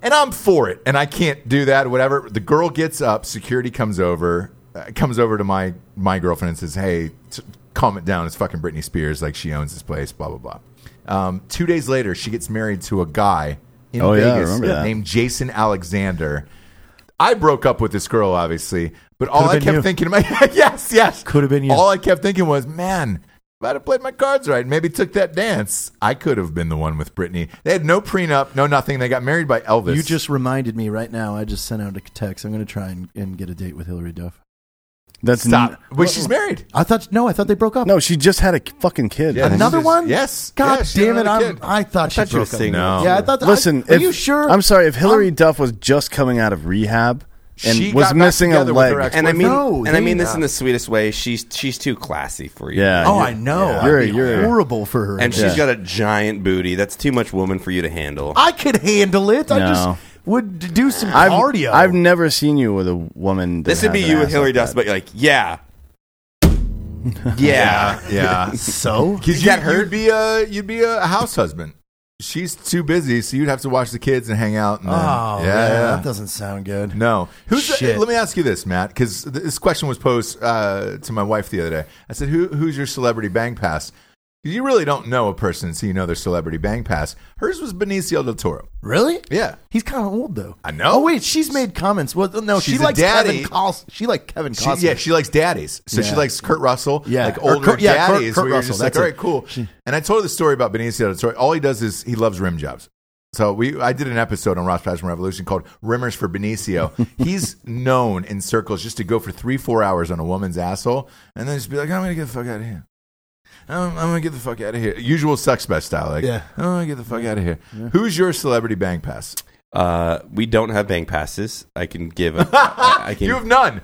B: and I'm for it, and I can't do that. Whatever. The girl gets up. Security comes over, uh, comes over to my my girlfriend and says, "Hey, t- calm it down. It's fucking Britney Spears. Like she owns this place. Blah blah blah." Um, two days later, she gets married to a guy in
E: Oh, yeah, I
B: Vegas
E: remember that.
B: named Jason Alexander. I broke up with this girl, obviously, but all I
C: been
B: kept
C: you.
B: thinking, yes, yes,
C: Could've been you.
B: All I kept thinking was, man, if I'd have played my cards right, maybe took that dance, I could have been the one with Britney. They had no prenup, no nothing. They got married by Elvis.
C: You just reminded me right now. I just sent out a text. I'm going to try and, and get a date with Hillary Duff.
E: That's
B: stop.
E: n-
B: But she's married.
C: I thought no. I thought they broke up.
E: no, she just had a k- fucking kid.
B: Yeah,
C: another
B: she's-
C: one.
B: yes.
C: God
B: Yeah, she had
C: damn it!
B: another
C: I'm,
B: kid.
C: I thought she
D: thought you were
C: broke up.
D: single.
B: No.
C: Yeah, I thought. that-
E: Listen,
C: I, are
E: if,
C: you sure?
E: I'm sorry. If Hillary
C: I'm-
E: Duff was just coming out of rehab and
B: She got
E: was
B: back
E: missing a
B: together with her
E: leg,
B: ex-
D: And I mean,
C: No,
D: and I
C: they-
D: mean this in the sweetest way. She's she's too classy for you.
E: yeah.
C: Oh,
E: you're-
C: I know.
E: yeah.
C: I'd
E: You're-
C: be
E: you're-
C: horrible for her.
D: and she's
E: Yeah.
D: got a giant booty. That's too much woman for you to handle.
C: I could handle it. I
E: No.
C: just would d- do some
E: I've,
C: cardio.
E: I've never seen you with a woman. that
D: this would be
E: has an
D: you with
E: ass
D: Hillary
E: like
D: Duff,
E: that.
D: but you're like, yeah,
C: uh,
D: yeah.
B: Yeah.
C: so
B: Because you,
D: got hurt?
B: would be a you'd be a house husband. She's too busy, so you'd have to watch the kids and hang out. And then-
C: Oh,
B: yeah,
C: man,
B: yeah.
C: that doesn't sound good.
B: No. Who's the-
C: Shit.
B: let me ask you this, Matt, because this question was posed uh, to my wife the other day. I said, Who, "Who's your celebrity bang pass?" You really don't know a person until you know their celebrity bang pass. Hers was Benicio del Toro.
C: Really?
B: Yeah,
C: He's kind of old though.
B: I know.
C: Oh wait, she's made comments. Well, no,
B: She's
C: she
B: a
C: likes
B: daddy.
C: Kevin Costner. She liked Kevin
B: she,
C: Costner.
B: yeah, she likes daddies, so she
C: Yeah.
B: likes Kurt Russell,
C: Yeah.
B: like
C: Or
B: older
C: Kurt- yeah, Kurt-
B: daddies.
C: Kurt
B: where you're just
C: Russell,
B: like,
C: that's
B: all
C: it.
B: right, cool. and I told her the story about Benicio del Toro. All he does is he loves rim jobs. So we, I did an episode on Ross Patterson Revolution called "Rimmers for Benicio." He's known in circles just to go for three, four hours on a woman's asshole, and then just be like, "I'm gonna get the fuck out of here." I'm, I'm gonna get the fuck out of here. Usual sex best style. Like,
C: Yeah.
B: I'm gonna get the fuck out of here. Who's your celebrity bang pass?
D: Uh, we don't have bank passes. I can give. A, I, I can.
B: You have none.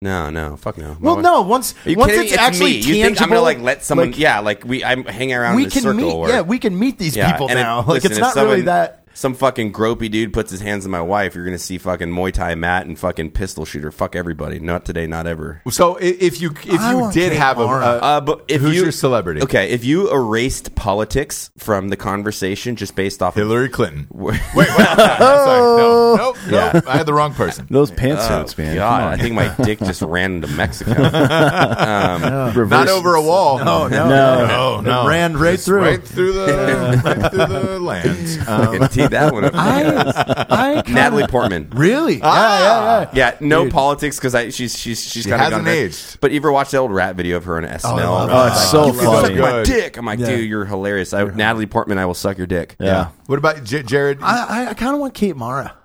D: no, no, fuck no. My
C: well,
D: wife-
C: no. Once
D: Are you
C: once
D: kidding
C: it's
D: me?
C: actually
D: me.
C: tangible,
D: You think I'm gonna like let someone? yeah, like we, I'm hang around.
C: we
D: in a
C: can
D: circle
C: meet.
D: Or,
C: yeah, we can meet these
D: Yeah,
C: people
D: and it-
C: now. like
D: listen,
C: it's
D: if
C: not really
D: someone-
C: that.
D: Some fucking gropey dude puts his hands in my wife. You're gonna see fucking Muay Thai Matt and fucking pistol shooter. Fuck everybody. Not today. Not ever.
B: So i- if you if
C: I
B: you
C: want
B: did
C: Kate
B: have a,
C: Mara.
B: a
D: Uh, but if
B: who's
D: you,
B: your celebrity?
D: Okay, if you erased politics from the conversation just based off of
B: Hillary Clinton. Wait, wait. I'm sorry.
C: Oh.
B: No, nope, nope. I had the wrong person.
E: Those
B: Oh,
E: pantsuits, man.
D: God,
E: Come on.
D: I think my dick just ran into Mexico.
E: Reverse-
B: Not over a wall.
C: Oh no,
E: No.
B: no, no.
C: It ran right
B: Just
C: through.
B: right through the, right through the land. Um,
D: Fucking tee that one up.
C: I, I kinda-
D: Natalie Ah. Portman.
C: Really? Yeah, yeah, yeah.
D: Yeah, no politics 'cause politics because I she's she's she's kind of
B: hasn't
D: gone back.
B: aged.
D: But you ever watched that old rat video of her on SNL?
C: love
E: Oh, it's so
D: You can suck
E: funny.
D: my
B: Good.
D: dick. I'm like,
C: Yeah.
D: dude, you're hilarious. I, Natalie Portman, I will suck your dick.
E: Yeah.
B: what about J- Jared?
C: I, I, I kind of want Kate Mara.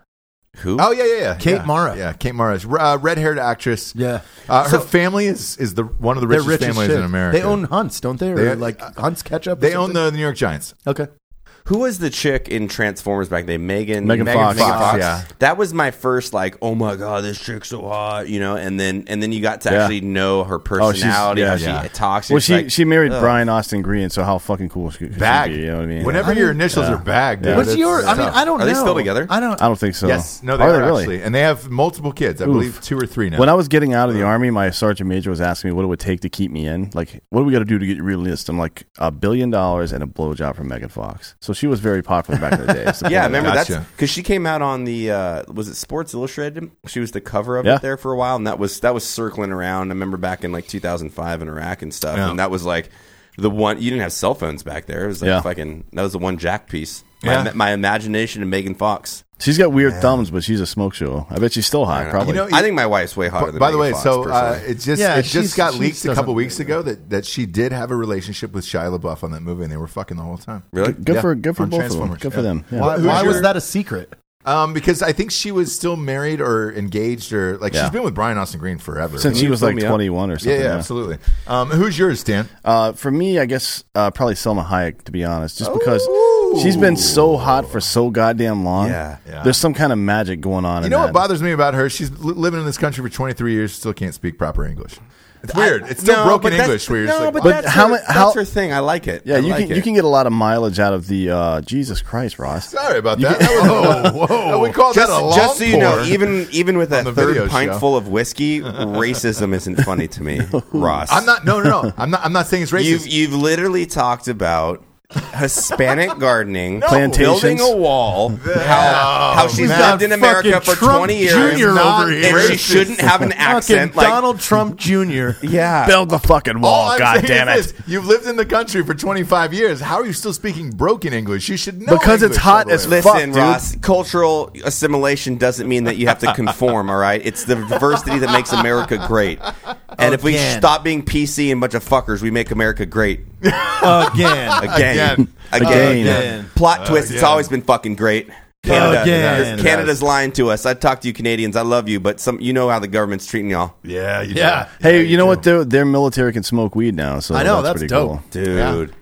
D: Who?
B: oh yeah, yeah, yeah.
C: Kate
B: yeah.
C: Mara.
B: Yeah, Kate Mara. Uh, red-haired actress.
C: Yeah.
B: Uh, her
C: So-
B: family is is the one of the
C: They're
B: richest
C: rich as
B: families
C: shit.
B: in America.
D: uh,
C: They own Hunts, don't they? Or
B: They-
C: like Hunts ketchup. or
B: they own
C: something?
B: the New York Giants.
C: Okay.
D: Who was the chick in Transformers back then? Megan
E: Megan Fox.
D: Megan
E: Fox, yeah.
D: That was my first like, oh my god, this chick's so hot, you know. And then and then you got to
E: Yeah. Oh,
D: actually know her
E: she's-
D: personality.
E: yeah,
D: how
E: yeah.
D: She talks.
E: Well,
D: it's
E: she
D: like-
E: she married Brian Austin Green, so how fucking cool she, could she
B: Bag.
E: be? You know what I mean?
B: Whenever your initials are bagged. dude,
C: What's
B: that's
C: your? I mean,
B: tough.
C: I don't.
D: Are
C: know.
D: they still together? Uh,
C: I don't.
E: I don't think so.
B: Yes, no, they
E: Are
B: are,
E: they really?
B: actually, and they have multiple kids. I believe two or three now.
E: When I was getting out of the army, my sergeant major was asking me what it would take to keep me in. Like, what do we got to do to get you released? I'm like, a billion dollars and a blowjob from Megan Fox. So she was very popular back in the day. It's the
D: Yeah, I
E: point of
D: remember
E: that.
B: Gotcha.
D: that's because she came out on the uh, was it Sports Illustrated? She was the cover of
E: Yeah.
D: it there for a while, and that was that was circling around. I remember back in like 2005 in Iraq and stuff,
B: Yeah.
D: and that was like the one you didn't have cell phones back there. It was like
E: Yeah.
D: fucking that was the one Jack piece.
B: Yeah.
D: My, my imagination and Megan Fox.
E: She's got weird thumbs, but she's a smoke show. I bet she's still hot, probably.
B: You know,
D: I think my wife's way hotter.
B: Oh, But
D: than
B: by the way,
D: Megan Fox,
B: so uh,
D: personally.
B: it just
C: Yeah,
B: it
C: she's-
B: just got
C: she
B: leaked a couple
C: doesn't-
B: weeks ago that, that she did have a relationship with Shia LaBeouf on that movie, and they were fucking the whole time.
D: really,
E: good
B: Yeah,
E: for good for
B: on
E: both of them.
B: Transformers,
E: Good for
B: yeah.
E: them. Yeah.
C: Why,
B: Who's
C: why was
B: your-
C: that a secret?
B: Um, because I think she was still married or engaged or like
E: Yeah.
B: she's been with Brian Austin Green forever.
E: Since she
D: you
E: was
D: fill
E: like
D: me up?
E: 21 or
B: yeah,
E: something.
B: yeah, absolutely. Um, who's yours, Dan?
E: Uh, for me, I guess uh, probably Selma Hayek, to be honest, just because she's been so hot for so goddamn long.
D: Yeah.
B: Yeah.
E: There's some kind of magic going on.
B: You
E: in
B: know
E: that.
B: what bothers me about her? She's li- living in this country for 23 years, still can't speak proper English. It's weird. it's still
D: No, but
B: broken
D: that's-
B: English. Where you're just
D: no,
B: like,
D: but,
B: "What?"
D: that's,
E: how
D: her,
E: mu- how-
D: that's her thing. I like it.
E: Yeah,
D: I
E: you
D: like
E: can
D: it.
E: you can get a lot of mileage out of the uh, Jesus Christ, Ross.
B: sorry about that. that was, whoa, whoa. We call that Oh, a long
D: Just so you know,
B: pour.
D: even even with that
B: the video
D: third pint
B: show.
D: full of whiskey, racism isn't funny to me, Ross.
B: I'm not. No, no, no. I'm not. I'm not saying it's racist.
D: You've you've literally talked about Hispanic gardening,
E: Plantations.
D: building a wall, how, how she's
B: man.
D: lived in America
C: Fucking
D: for
C: Trump
D: twenty years,
C: Junior
B: Not
C: over
D: and
C: here.
D: she shouldn't have an accent.
C: Fucking
D: Like,
C: Donald Trump Jr.
D: yeah,
E: Build the fucking
B: All
E: wall,
B: I'm
E: Oh, God
B: saying
E: damn
B: is
E: it!
B: this. You've lived in the country for 25 years. How are you still speaking broken English? You should know
E: Because it's
B: English
E: hot
B: all the way
E: as
B: around.
D: Listen,
E: Fuck, dude.
D: Ross, cultural assimilation doesn't mean that you have to conform, all right? It's the diversity that makes America great. And if we
C: Again.
D: stop being PC and bunch of fuckers, we make America great.
C: Again.
D: Again. Again.
E: Again.
C: Again.
D: Plot twist, it's
B: Again. Uh,
D: always been fucking great. Canada,
C: Again.
D: Canada's lying to us. I talk to you Canadians. I love you, but some you know how the government's treating y'all.
B: Yeah, you
C: Yeah.
B: do.
E: Hey,
B: Yeah,
E: you know
B: do.
E: what? Their, their military can smoke weed now, so
C: I know, that's
E: that's, pretty
C: dope.
E: cool.
D: Dude.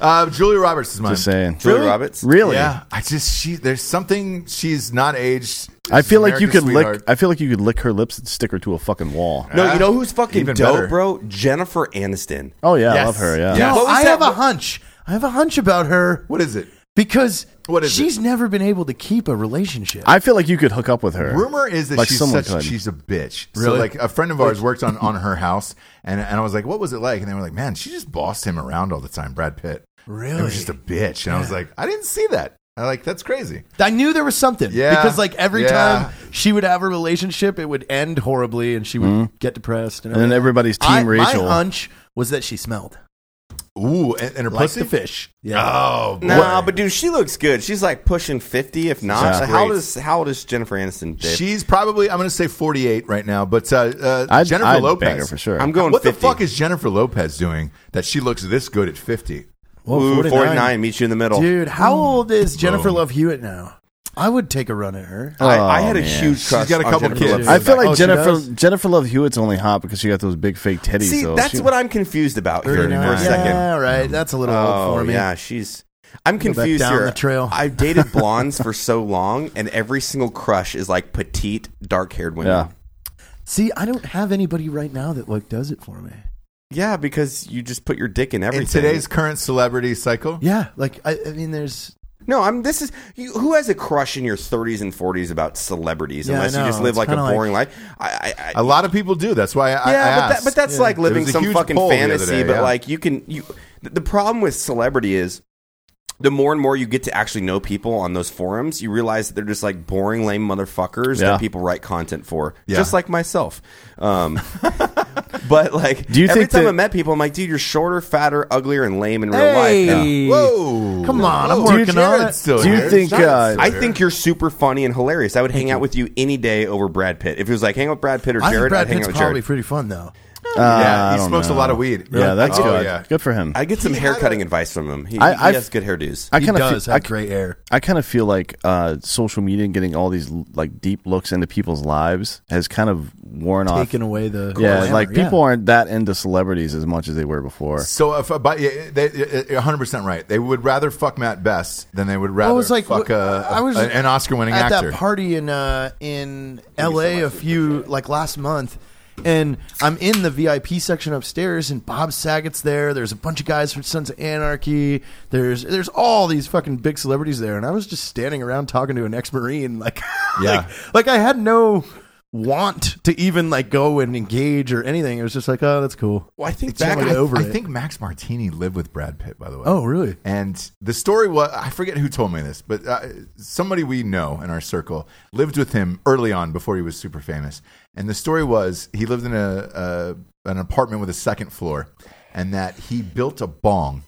B: Uh, Julia Roberts is mine.
E: Just saying,
D: Julia Roberts?
E: really?
B: Yeah, I just she. There's something she's not aged.
E: I feel like you
B: She's
E: could
B: America's
E: lick.
B: sweetheart.
E: I feel like you could lick her lips and stick her to a fucking wall.
D: No, you know who's fucking
B: Even
D: dope,
B: better.
D: bro? Jennifer Aniston.
E: Oh yeah, I
B: Yes.
E: love her. Yeah.
D: Yeah.
C: No,
D: What was
C: I
D: that-
C: have a hunch. I have a hunch about her
B: What is it?
C: because
B: What is
C: she's never been able to keep a relationship.
E: I feel like you could hook up with her.
B: Rumor is that
E: Like
B: she's
E: someone
B: such
E: could.
B: she's a bitch. So
C: Really?
B: like a friend of ours worked on on her house, and and I was like, what was it like? And they were like, man, she just bossed him around all the time, Brad Pitt. It
C: really?
B: was just a bitch, and I was like, I didn't see that. I like that's crazy.
C: I knew there was something.
B: Yeah.
C: Because like every
B: Yeah.
C: time she would have a relationship, it would end horribly, and she would get depressed. And,
E: and then
C: everything.
E: everybody's team
C: I-
E: Rachel.
C: My hunch was that she smelled
B: Ooh, and, and her
C: like
B: pussy?
C: the fish. Yeah.
B: Oh, boy.
D: No, but dude, she looks good. She's like pushing fifty, if not.
E: Yeah.
D: Like, how old is how old is Jennifer Aniston? Dave?
B: she's probably I'm going to say 48 right now, but uh, uh,
E: I'd,
B: Jennifer
E: I'd
B: Lopez
E: bang her for sure.
D: I'm going.
B: What
D: 50.
B: the fuck is Jennifer Lopez doing that she looks this good at 50?
C: Whoa,
D: Ooh, 49. Meet you in the middle.
C: Dude, how old is Jennifer
B: Boom.
C: Love Hewitt now? I would take a run at her.
D: I, I had a
E: Oh, man.
D: huge crush.
B: got a
D: on
B: couple
D: Jennifer
B: kids.
E: I
D: Lopez.
E: feel like
C: Oh, she does?
E: Jennifer Jennifer Love Hewitt's only hot because she got those big fake titties.
D: See,
E: though.
D: that's
E: She-
D: what I'm confused about here for a
C: 39.
D: second.
C: Yeah, right. That's a little old
D: Oh
C: for me.
D: yeah, she's. I'm
C: back
D: confused
C: down
D: here.
C: the trail.
D: I've dated blondes for so long, and every single crush is like petite, dark-haired women.
E: Yeah.
D: Yeah.
C: See, I don't have anybody right now that like does it for me.
D: because you just put your dick in everything.
B: In today's current celebrity cycle?
C: Yeah, like I, I mean, there's
D: no, I'm. This is you, who has a crush in your 30s and 40s about celebrities,
C: Yeah, I
D: unless you
C: know.
D: just live
C: It's
D: like a
C: kinda like-
D: boring life. I, I, I,
B: A lot of people do. That's why I, I
D: yeah, but, that,
B: asked.
D: but that's like living
B: was a
D: some
B: huge
D: fucking
B: poll the other
D: fantasy.
B: day,
D: but
B: yeah.
D: like you can, you th- the problem with celebrity is the more and more you get to actually know people on those forums, you realize that they're just like boring, lame motherfuckers
E: Yeah.
D: that people write content for,
B: Yeah.
D: just like myself. Um, but like,
E: Do you
D: every
E: think
D: time
E: that-
D: I met people, I'm like, dude, you're shorter, fatter, uglier, and lame in real life.
C: hey,
B: Whoa.
C: Come on, I'm
B: Whoa.
C: working on
B: Jared's
C: it.
B: Still
E: Do you
B: here.
E: think? Uh,
D: I think you're super funny and hilarious. I would hang out with you any day over Brad Pitt. If it was like hang out with Brad Pitt or
C: I think
D: Jared,
C: Brad
D: I'd hang
C: Pitt's
D: out with
C: probably
D: Jared.
C: pretty fun though.
E: uh, I
B: yeah, he
E: don't
B: smokes
E: know.
B: a lot of weed.
E: Yeah, that's
B: Oh,
E: good.
B: yeah.
E: Good for him.
D: I get some
B: He had
D: haircutting
B: a-
D: advice from him. He,
E: I-
D: he
E: I-
D: has good hairdos.
E: I
D: I,
C: He
E: kinda
C: does
E: feel-
C: have
E: I-
C: great hair.
E: I kind of feel like uh, social media and getting all these like deep looks into people's lives has kind of worn
C: Taking
E: off.
C: away the
E: yeah,
C: glamour,
E: like
C: yeah.
E: people aren't that into celebrities as much as they were before.
B: So if about yeah, they, uh, you're 100% right. They would rather fuck Matt Best than they would rather
C: I was like,
B: fuck
C: wh-
B: a,
C: I was
B: a- an Oscar winning
C: at
B: actor.
C: that party in uh, in L.A. a few like last month, and I'm in the VIP section upstairs, and Bob Saget's there. There's a bunch of guys from Sons of Anarchy. There's there's all these fucking big celebrities there, and I was just standing around talking to an ex marine, like
B: Yeah.
C: like, like I had no want to even like go and engage or anything. It was just like, oh, that's cool.
B: Well, I think
C: It's back- totally
B: I,
C: over
B: I
C: it.
B: think Max Martini lived with Brad Pitt, by the way.
C: Oh, really?
B: And the story was I forget who told me this, but uh, somebody we know in our circle lived with him early on before he was super famous. And the story was he lived in a, a an apartment with a second floor, and that he built a bong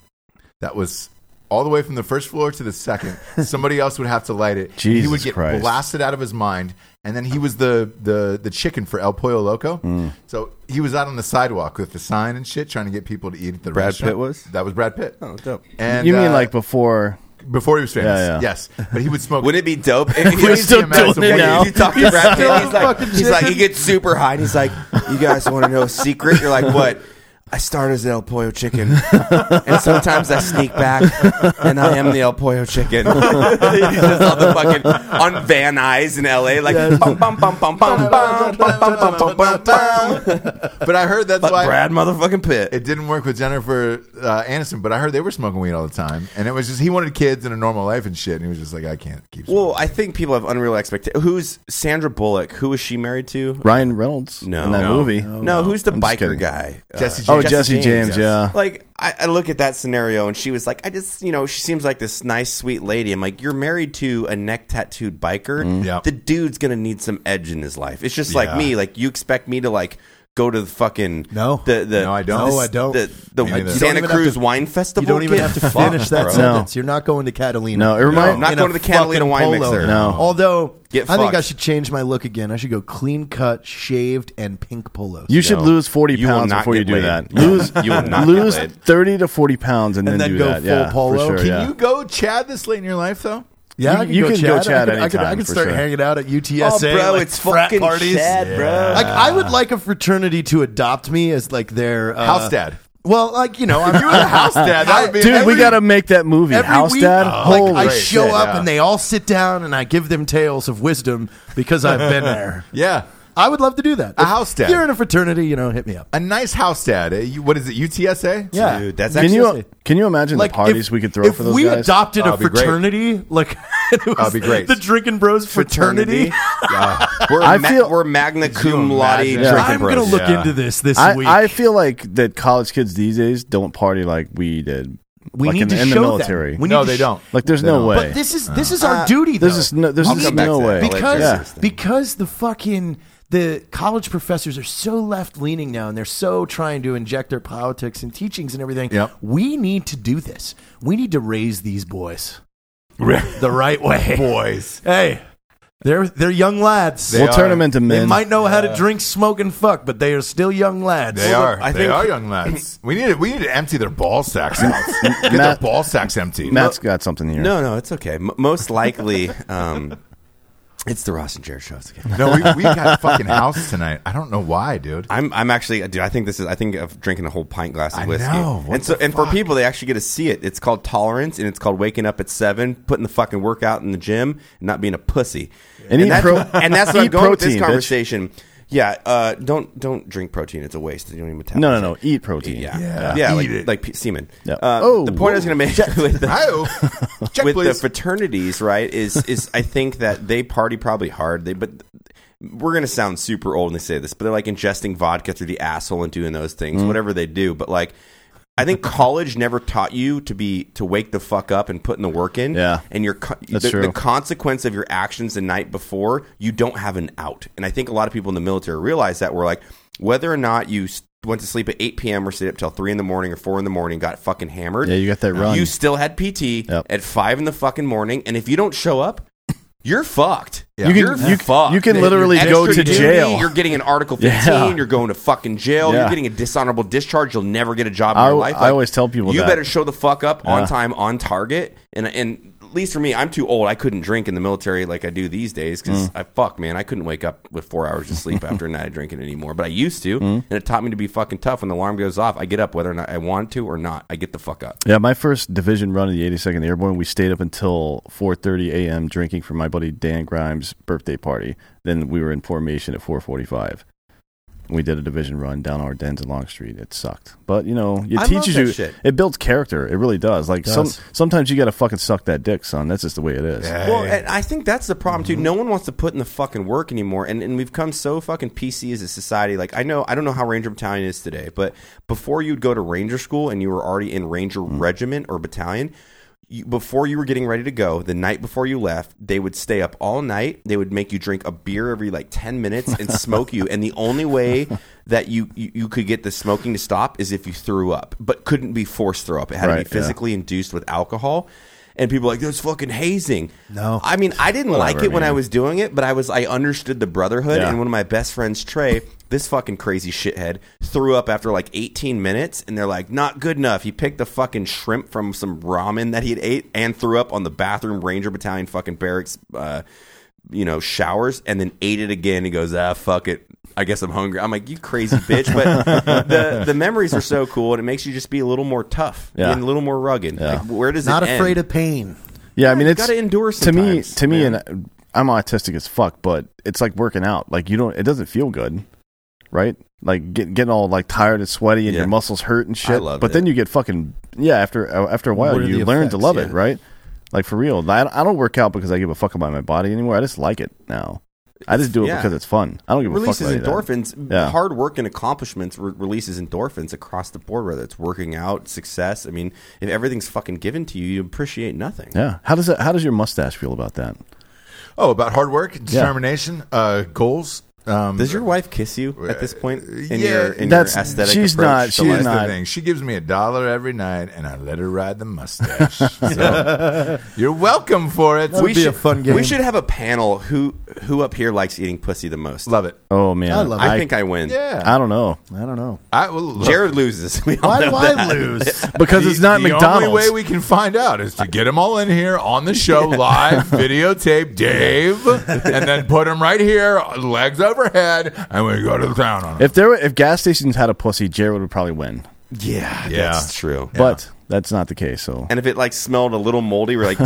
B: that was all the way from the first floor to the second. Somebody else would have to light it. he would
E: Jesus
B: get
E: Christ.
B: blasted out of his mind. And then he was the the the chicken for El Pollo Loco.
D: Mm.
B: So he was out on the sidewalk with the sign and shit, trying to get people to eat at the
D: Brad
B: restaurant.
D: Pitt was?
B: that was Brad Pitt.
D: oh, dope.
B: And
E: you mean
B: uh,
E: like before?
B: before he was famous?
E: Yeah, yeah.
B: Yes, but he would smoke.
D: Wouldn't it be dope? if he
E: We're
D: was-
E: still
B: amounts of
E: doing it
B: weed.
E: now.
D: You talk to Brad Pitt, he's like,
C: fucking
D: he's like, he
C: chicken.
D: gets super high, and he's like, "You guys want to know a secret?" You're like, "What?" I start as the El Pollo Chicken, and sometimes I sneak back, and I am the El Pollo Chicken. he's just on the fucking on Van Nuys in L.A. Like, bum, bum, bum, bum, bum, bum, bum, bum, bum, bum, bum, bum.
B: but I heard that's
D: But
B: why
D: Brad motherfucking Pitt.
B: it didn't work with Jennifer uh, Aniston. But I heard they were smoking weed all the time, and it was just he wanted kids and a normal life and shit. And he was just like, I can't keep. smoking.
D: Well, I think people have unreal expectations. Who's Sandra Bullock? Who is she married to?
E: Ryan Reynolds
D: No,
E: in that
D: no.
E: movie.
D: No, who's the
E: I'm just
D: biker
E: kidding.
D: guy? Uh,
B: Jesse
E: Oh,
B: James.
E: Jesse James,
B: yes.
E: yeah.
D: Like I, I look at that scenario and she was like, I just you know, she seems like this nice, sweet lady. I'm like, you're married to a neck tattooed biker.
E: Mm-hmm.
B: Yeah.
D: The dude's gonna need some edge in his life. It's just like
B: Yeah.
D: me. Like you expect me to like go to the fucking
C: No.
D: the, the
B: No, I don't.
D: the-
B: No, I
C: don't.
D: the, the
B: Me neither. You
C: don't
D: Santa
C: even have
D: Cruz
C: to-
D: Wine Festival.
C: You don't even
D: Get
C: have to
D: fucked,
C: finish that
D: bro.
C: sentence. You're not going to Catalina.
E: No, it remind-
D: Not
C: In
D: going
C: a
D: to the Catalina
C: fucking
D: wine
C: polo.
D: mixer.
E: No.
C: Although
D: Get
C: I think
D: fucked.
C: I should change my look again. I should go clean cut, shaved, and pink polos.
E: You should
D: No.
E: lose forty
D: You will
E: pounds
D: not
E: before you
D: get
E: do
D: laid.
E: that.
D: No.
E: Lose
D: You will not get
E: lose
D: laid.
E: thirty to forty pounds and,
C: And
E: then,
C: then
E: do
C: go
E: that.
C: full
E: yeah,
C: polo?
E: For sure,
B: Can
E: yeah.
B: you go Chad this late in your life though?
E: you-
C: yeah, I could
E: you
C: go
E: can
C: chat. I
E: go chat
C: could, I could, I
E: anytime,
C: could
E: for
C: start
E: sure.
C: hanging out at UTSA.
D: Oh, bro,
C: like,
D: it's
C: frat
D: fucking
C: parties.
D: sad, bro.
C: Like I would like a fraternity to adopt me as like their uh,
B: House dad.
C: Well, like you know, I'm you the house
B: dad, that would be-
E: Dude,
B: Every-
E: we gotta make that movie.
C: every
E: House
C: week,
E: Dad.
C: like,
E: Holy
C: I
B: shit,
C: show up
B: yeah.
C: and they all sit down and I give them tales of wisdom because I've been there.
B: Yeah.
C: I would love to do that.
B: A
C: If
B: house dad.
C: You're in a fraternity, you know, hit me up.
B: A nice house dad. Uh, you- What is it? UTSA?
C: Yeah.
D: Dude, that's
E: can
D: actually
E: you can you imagine the parties
C: if-
E: we could throw
C: if
E: for those
C: we
E: guys?
C: adopted
B: Oh,
C: a
B: it'd be great.
C: fraternity, like it was
B: be great.
C: the Drinking Bros fraternity.
B: Yeah.
D: we're,
E: I
D: ma-
E: feel-
D: we're magna cum
B: you
D: laude
B: imagine?
D: drinking
C: I'm
D: bros.
C: gonna look
B: Yeah.
C: into this this
E: I,
C: week.
E: I feel like that college kids these days don't party like we did.
C: we
E: like
C: need
E: in,
C: to
E: in
C: show
E: the military.
C: them. We
B: No,
C: need to
B: they
C: sh-
B: don't.
E: like, there's no way.
C: But this is this is our duty. Though.
E: There's just no, there's
D: I'll
E: just
D: come back
E: no
D: to that.
E: way.
D: I'll let
C: because
D: you-
E: yeah.
C: because the fucking the college professors are so left leaning now and they're so trying to inject their politics and teachings and everything.
B: Yep.
C: We need to do this. We need to raise these boys the right way.
B: Boys.
C: Hey, they're they're young lads.
B: They
E: we'll turn
B: are-
E: them into
C: They
E: men.
C: might know how to drink, smoke, and fuck, but they are still young lads.
B: They are.
D: I
B: they
D: think-
B: are young lads. We need to, we need to empty their ball sacks out. Get their
E: Matt-
B: ball sacks empty.
E: Matt's got something here.
D: No, no, it's okay. M- most likely, um, it's the Ross and Jared shows again.
B: No, we, we got fucking house tonight. I don't know why, dude.
D: I'm I'm actually dude. I think this is I think of drinking a whole pint glass
B: I
D: of whiskey.
B: know. What
D: and so
B: the
D: and for
B: fuck?
D: people they actually get to see it. It's called tolerance and it's called waking up at seven, putting the fucking workout in the gym, and not being a pussy.
E: And eat
D: that's,
E: pro-
D: and that's what I'm
E: eat
D: going with this
E: protein, bitch.
D: conversation. Yeah, uh, don't don't drink protein. It's a waste. You don't even metabolize
E: no, no, no.
D: it.
E: Eat protein.
D: Yeah,
B: Yeah.
D: yeah,
B: Eat
D: like
B: it.
D: like pe- semen.
E: Yeah.
D: Uh,
E: Oh.
D: the point I was going to make with the,
B: Hi-oh. Check,
D: with the
B: please.
D: fraternities, right? Is is I think that they party probably hard. They but we're gonna sound super old when they say this, but they're like ingesting vodka through the asshole and doing those things,
E: Mm.
D: whatever they do. But like. I think college never taught you to be to wake the fuck up and put in the work in.
E: Yeah.
D: and your co-
E: That's
D: the,
E: true.
D: the consequence of your actions the night before, you don't have an out. And I think a lot of people in the military realize that we're like, whether or not you s- went to sleep at eight p.m. or stayed up till three in the morning or four in the morning, got fucking hammered.
E: Yeah, you got that run.
D: You still had PT
E: Yep.
D: at five in the fucking morning, and if you don't show up, you're fucked.
B: Yeah.
E: You
D: You're
E: can you,
D: fucked.
E: you can literally
D: Extra
E: go to
D: duty,
E: jail.
D: You're getting an Article 15.
E: Yeah.
D: You're going to fucking jail.
E: Yeah.
D: You're getting a dishonorable discharge. You'll never get a job in
E: I-
D: your life.
E: I always tell people
D: you
E: that.
D: better show the fuck up on
E: Yeah.
D: time, on target. And and at least for me, I'm too old. I couldn't drink in the military like I do these days
E: Mm.
D: because I fuck man. I couldn't wake up with four hours of sleep after a night of drinking anymore. But I used to,
E: Mm.
D: and it taught me to be fucking tough. When the alarm goes off, I get up whether or not I want to or not. I get the fuck up.
E: Yeah, my first division run in the 82nd Airborne, we stayed up until 4:30 a.m. drinking for my buddy Dan Grimes' birthday party. Then we were in formation at 4:45. We did a division run down our dens in Long Street. It sucked, but you know, it
D: I love
E: teaches
D: that
E: you.
D: shit.
E: It builds character. It really does. Like some
C: does.
E: sometimes you got to fucking suck that dick, son. That's just the way it is.
D: Well, and I think that's the problem
E: Mm-hmm.
D: too. No one wants to put in the fucking work anymore, and and we've come so fucking PC as a society. Like I know, I don't know how Ranger Battalion is today, but before you'd go to Ranger school and you were already in Ranger
E: Mm-hmm.
D: Regiment or Battalion. You, before you were getting ready to go, the night before you left, they would stay up all night. They would make you drink a beer every like ten minutes and smoke you. And the only way that you, you you could get the smoking to stop is if you threw up, but couldn't be forced throw up. It had to
E: Right,
D: be
E: yeah.
D: physically physically induced with alcohol. And people are like, that's fucking hazing.
C: No.
D: I mean, I didn't like
E: Whatever,
D: it when
E: man.
D: I was doing it, but I was, I understood the brotherhood.
E: Yeah.
D: And one of my best friends, Trey, this fucking crazy shithead, threw up after like 18 minutes. And they're like, not good enough. He picked the fucking shrimp from some ramen that he'd ate and threw up on the bathroom Ranger Battalion fucking barracks, uh, you know, showers and then ate it again. He goes, ah, fuck it. I guess I'm hungry. I'm like, you crazy bitch. But the, the memories are so cool and it makes you just be a little more tough
E: Yeah.
D: and a little more rugged. Like, where does
C: Not
D: it end?
C: afraid of pain.
E: Yeah, I mean,
D: you
E: it's
D: gotta endure
E: To me,
D: sometimes,
E: to me,
D: man.
E: and uh, I'm autistic as fuck, but it's like working out. Like you don't, it doesn't feel good, right? Like get, getting all like tired and sweaty, and
D: Yeah.
E: your muscles hurt and shit.
D: loved
E: but then
D: it.
E: you get fucking yeah. After uh, after a while,
C: What are
E: you
C: the
E: learn to
C: effects?
E: love
D: Yeah.
E: it, right? Like for real, I, I don't work out because I give a fuck about my body anymore. I just like it now. I just do it
D: yeah.
E: because it's fun. I don't give a
D: releases
E: fuck. about any of that.
D: endorphins.
E: Yeah.
D: Hard work and accomplishments re- releases endorphins across the board. Whether it's working out, success. I mean, if everything's fucking given to you, you appreciate nothing.
E: Yeah. How does that? How does your mustache feel about that?
B: Oh, about hard work, determination, uh, goals. Um,
D: Does your wife kiss you at this point in
B: uh, Yeah,
D: your in
E: uh, that's-
D: your aesthetic?
E: she's
D: approach
E: not-
D: to
E: she's
B: Here's
D: life?
E: not-
B: the thing. She gives me a dollar every night, and I let her ride the mustache. so, you're welcome for it.
C: would be a fun game.
D: We should have a panel. Who who up here likes eating pussy the most?
B: love it.
E: Oh man,
C: I love
D: I, think I win.
B: Yeah,
E: I don't know. I don't know.
B: I, will look,
D: Jared loses. We all
C: Why
D: know
C: do
D: that.
C: I lose?
E: Because
B: the-
E: it's not
B: the
E: McDonald's.
B: only way we can find out is to get them all in here on the show live, videotape Dave, and then put him right here, legs overhead, and we go to the town on him.
E: If there were, if gas stations had a pussy, Jared would probably win.
D: Yeah,
B: Yeah.
D: that's true.
E: But that's not the case. So,
D: And if it like smelled a little moldy, we're like,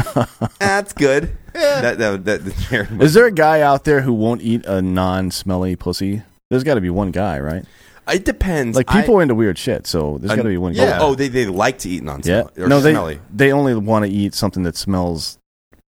D: that's good. That, that, that, Jared
E: is there a guy out there who won't eat a non-smelly pussy? There's got to be one guy, right?
D: It depends.
E: Like
D: I-
E: people are into weird shit, so there's got to be one
D: Oh,
E: guy.
D: Oh, they, they like to eat non
E: yeah.
D: smelly.
E: No, they they only want to eat something that smells.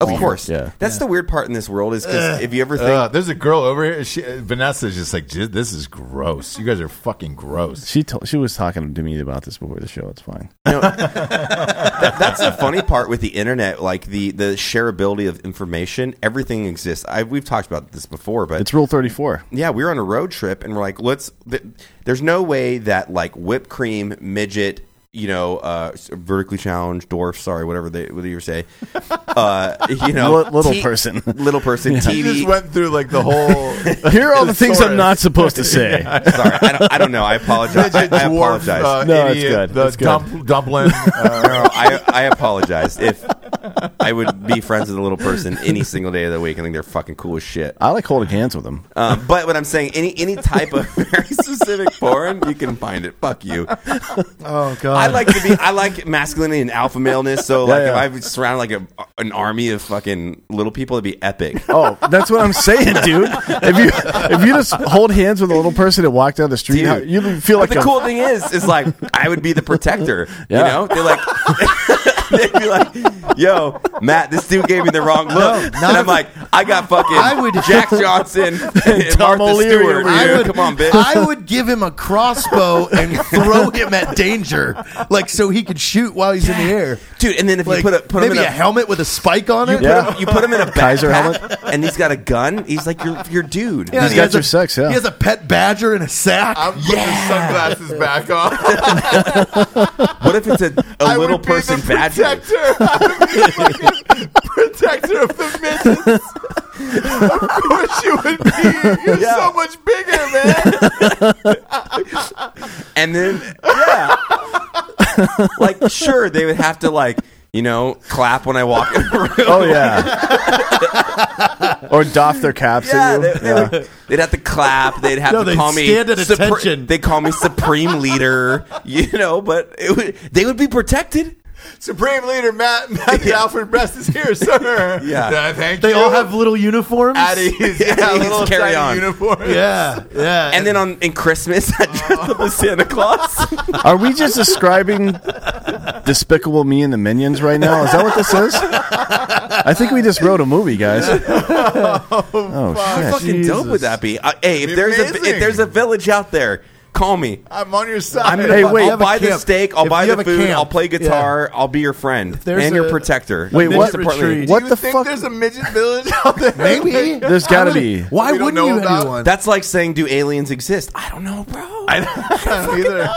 D: of course.
E: Yeah.
D: That's the weird part in this world is because if you ever think.
B: Uh, there's a girl over here. She, uh, Vanessa's just like, "J- this is gross. You guys are fucking gross.
E: She to- she was talking to me about this before the show. It's fine.
D: that's the funny part with the internet, like the, the shareability of information. Everything exists. I, we've talked about this before, but
E: It's Rule Thirty Four.
D: yeah, we were on a road trip and we're like, let's. Th- there's no way that like whipped cream, midget, you know, uh, s- vertically challenged dwarf, sorry, whatever they whether you say, uh, you know,
E: Li- little person.
D: little person,
B: You
D: TV,
B: just went through like the whole
E: Here are all the things I'm not
B: Thesaurus.
E: supposed to say.
D: Sorry, I don't, I don't know. I apologize. I,
B: midget dwarf
D: I apologize.
B: uh,
E: No, it's
B: idiot,
E: good.
B: the
E: It's good.
B: dump- dumpling. uh,
D: I, I apologize if I would be friends with a little person any single day of the week. I think they're fucking cool as shit.
E: I like holding hands with them.
D: Um, but what I'm saying, any any type of very specific porn, you can find it. Fuck you.
C: Oh God!
D: I like to be. I like masculinity and alpha maleness. So like,
E: yeah.
D: if I was surrounded like a, an army of fucking little people, it'd be epic.
E: Oh, that's what I'm saying, dude. If you if you just hold hands with a little person and walk down the street,
D: Dude.
E: how- you feel like
D: But the
E: a-
D: cool thing is, is like I would be the protector. You
E: Yeah.
D: know, they're like, they'd be like, "Yo, Matt, this dude gave me the wrong look," and I'm like, "I got fucking
C: I would-
D: Jack Johnson and
E: Tom
D: Martha
E: O'Leary
D: Stewart.
E: over
D: dude.
E: here.
D: Come on, bitch."
C: I would give him a crossbow and throw him at danger, like so he could shoot while he's in the air.
D: Dude, and then if
C: Like
D: you put a put him
C: maybe
D: in
C: a,
D: a,
C: helmet with a spike on it.
D: put
E: Yeah.
D: him- you put him in a
E: Kaiser
D: backpack,
E: helmet?
D: and he's got a gun. He's like your your dude.
C: Yeah,
E: He's
C: he
E: got
C: has
E: your
C: a-
E: sex, yeah.
C: he has a pet badger in a sack.
B: I'm putting the sunglasses back on.
D: What if it's a, a
B: I
D: little
B: would be the
D: person badger?
B: Protector. I would be the fucking protector of the midgets. Of course you would be. You're so much bigger, man.
D: And then, yeah. like, sure, they would have to, like, you know, clap when I walk in the room.
E: Oh yeah. or doff their caps
D: Yeah,
E: at
D: they,
E: you.
D: they Would, they'd have to clap. They'd have
C: No,
D: to
C: they'd
D: call me
C: stand at
D: supre-
C: attention.
D: They call me supreme leader, you know. But it would, they would be protected.
B: Supreme Leader Matt, Matt Alfred Brest is here, sir.
D: Yeah.
B: Uh, thank
C: They
B: you.
C: all have little uniforms.
B: at ease. Yeah,
D: At ease,
B: little
D: carry
B: tiny
D: on.
B: uniform.
C: Yeah, yeah.
D: And then on in Christmas, I dressed up as Santa Claus.
E: Are we just describing Despicable Me and the Minions right now? Is that what this is? I think we just wrote a movie, guys. Oh,
D: How
E: shit.
D: fucking dope would that be? Uh, hey, if
B: Be
D: there's a
B: amazing.
D: if there's a village out there, call me.
B: I'm on your side.
E: gonna- Hey,
B: Fuck.
E: wait.
D: I'll
E: have
C: a
D: buy the
C: camp.
D: steak. I'll
C: If
D: buy
C: you
D: the
C: have a
D: food.
C: camp,
D: I'll play guitar. I'll be your friend
C: there's
D: and your
C: a-
D: protector.
E: Wait,
D: Most
E: what?
D: importantly,
C: retreat.
B: Do
E: What
B: you
E: the
B: think
E: fuck?
B: there's a midget village out there?
C: maybe
E: There's got to be.
C: Why
B: We don't
C: wouldn't
B: know
C: you
B: about-
C: have one?
D: That's like saying, "Do aliens exist?" I don't know, bro.
B: Either.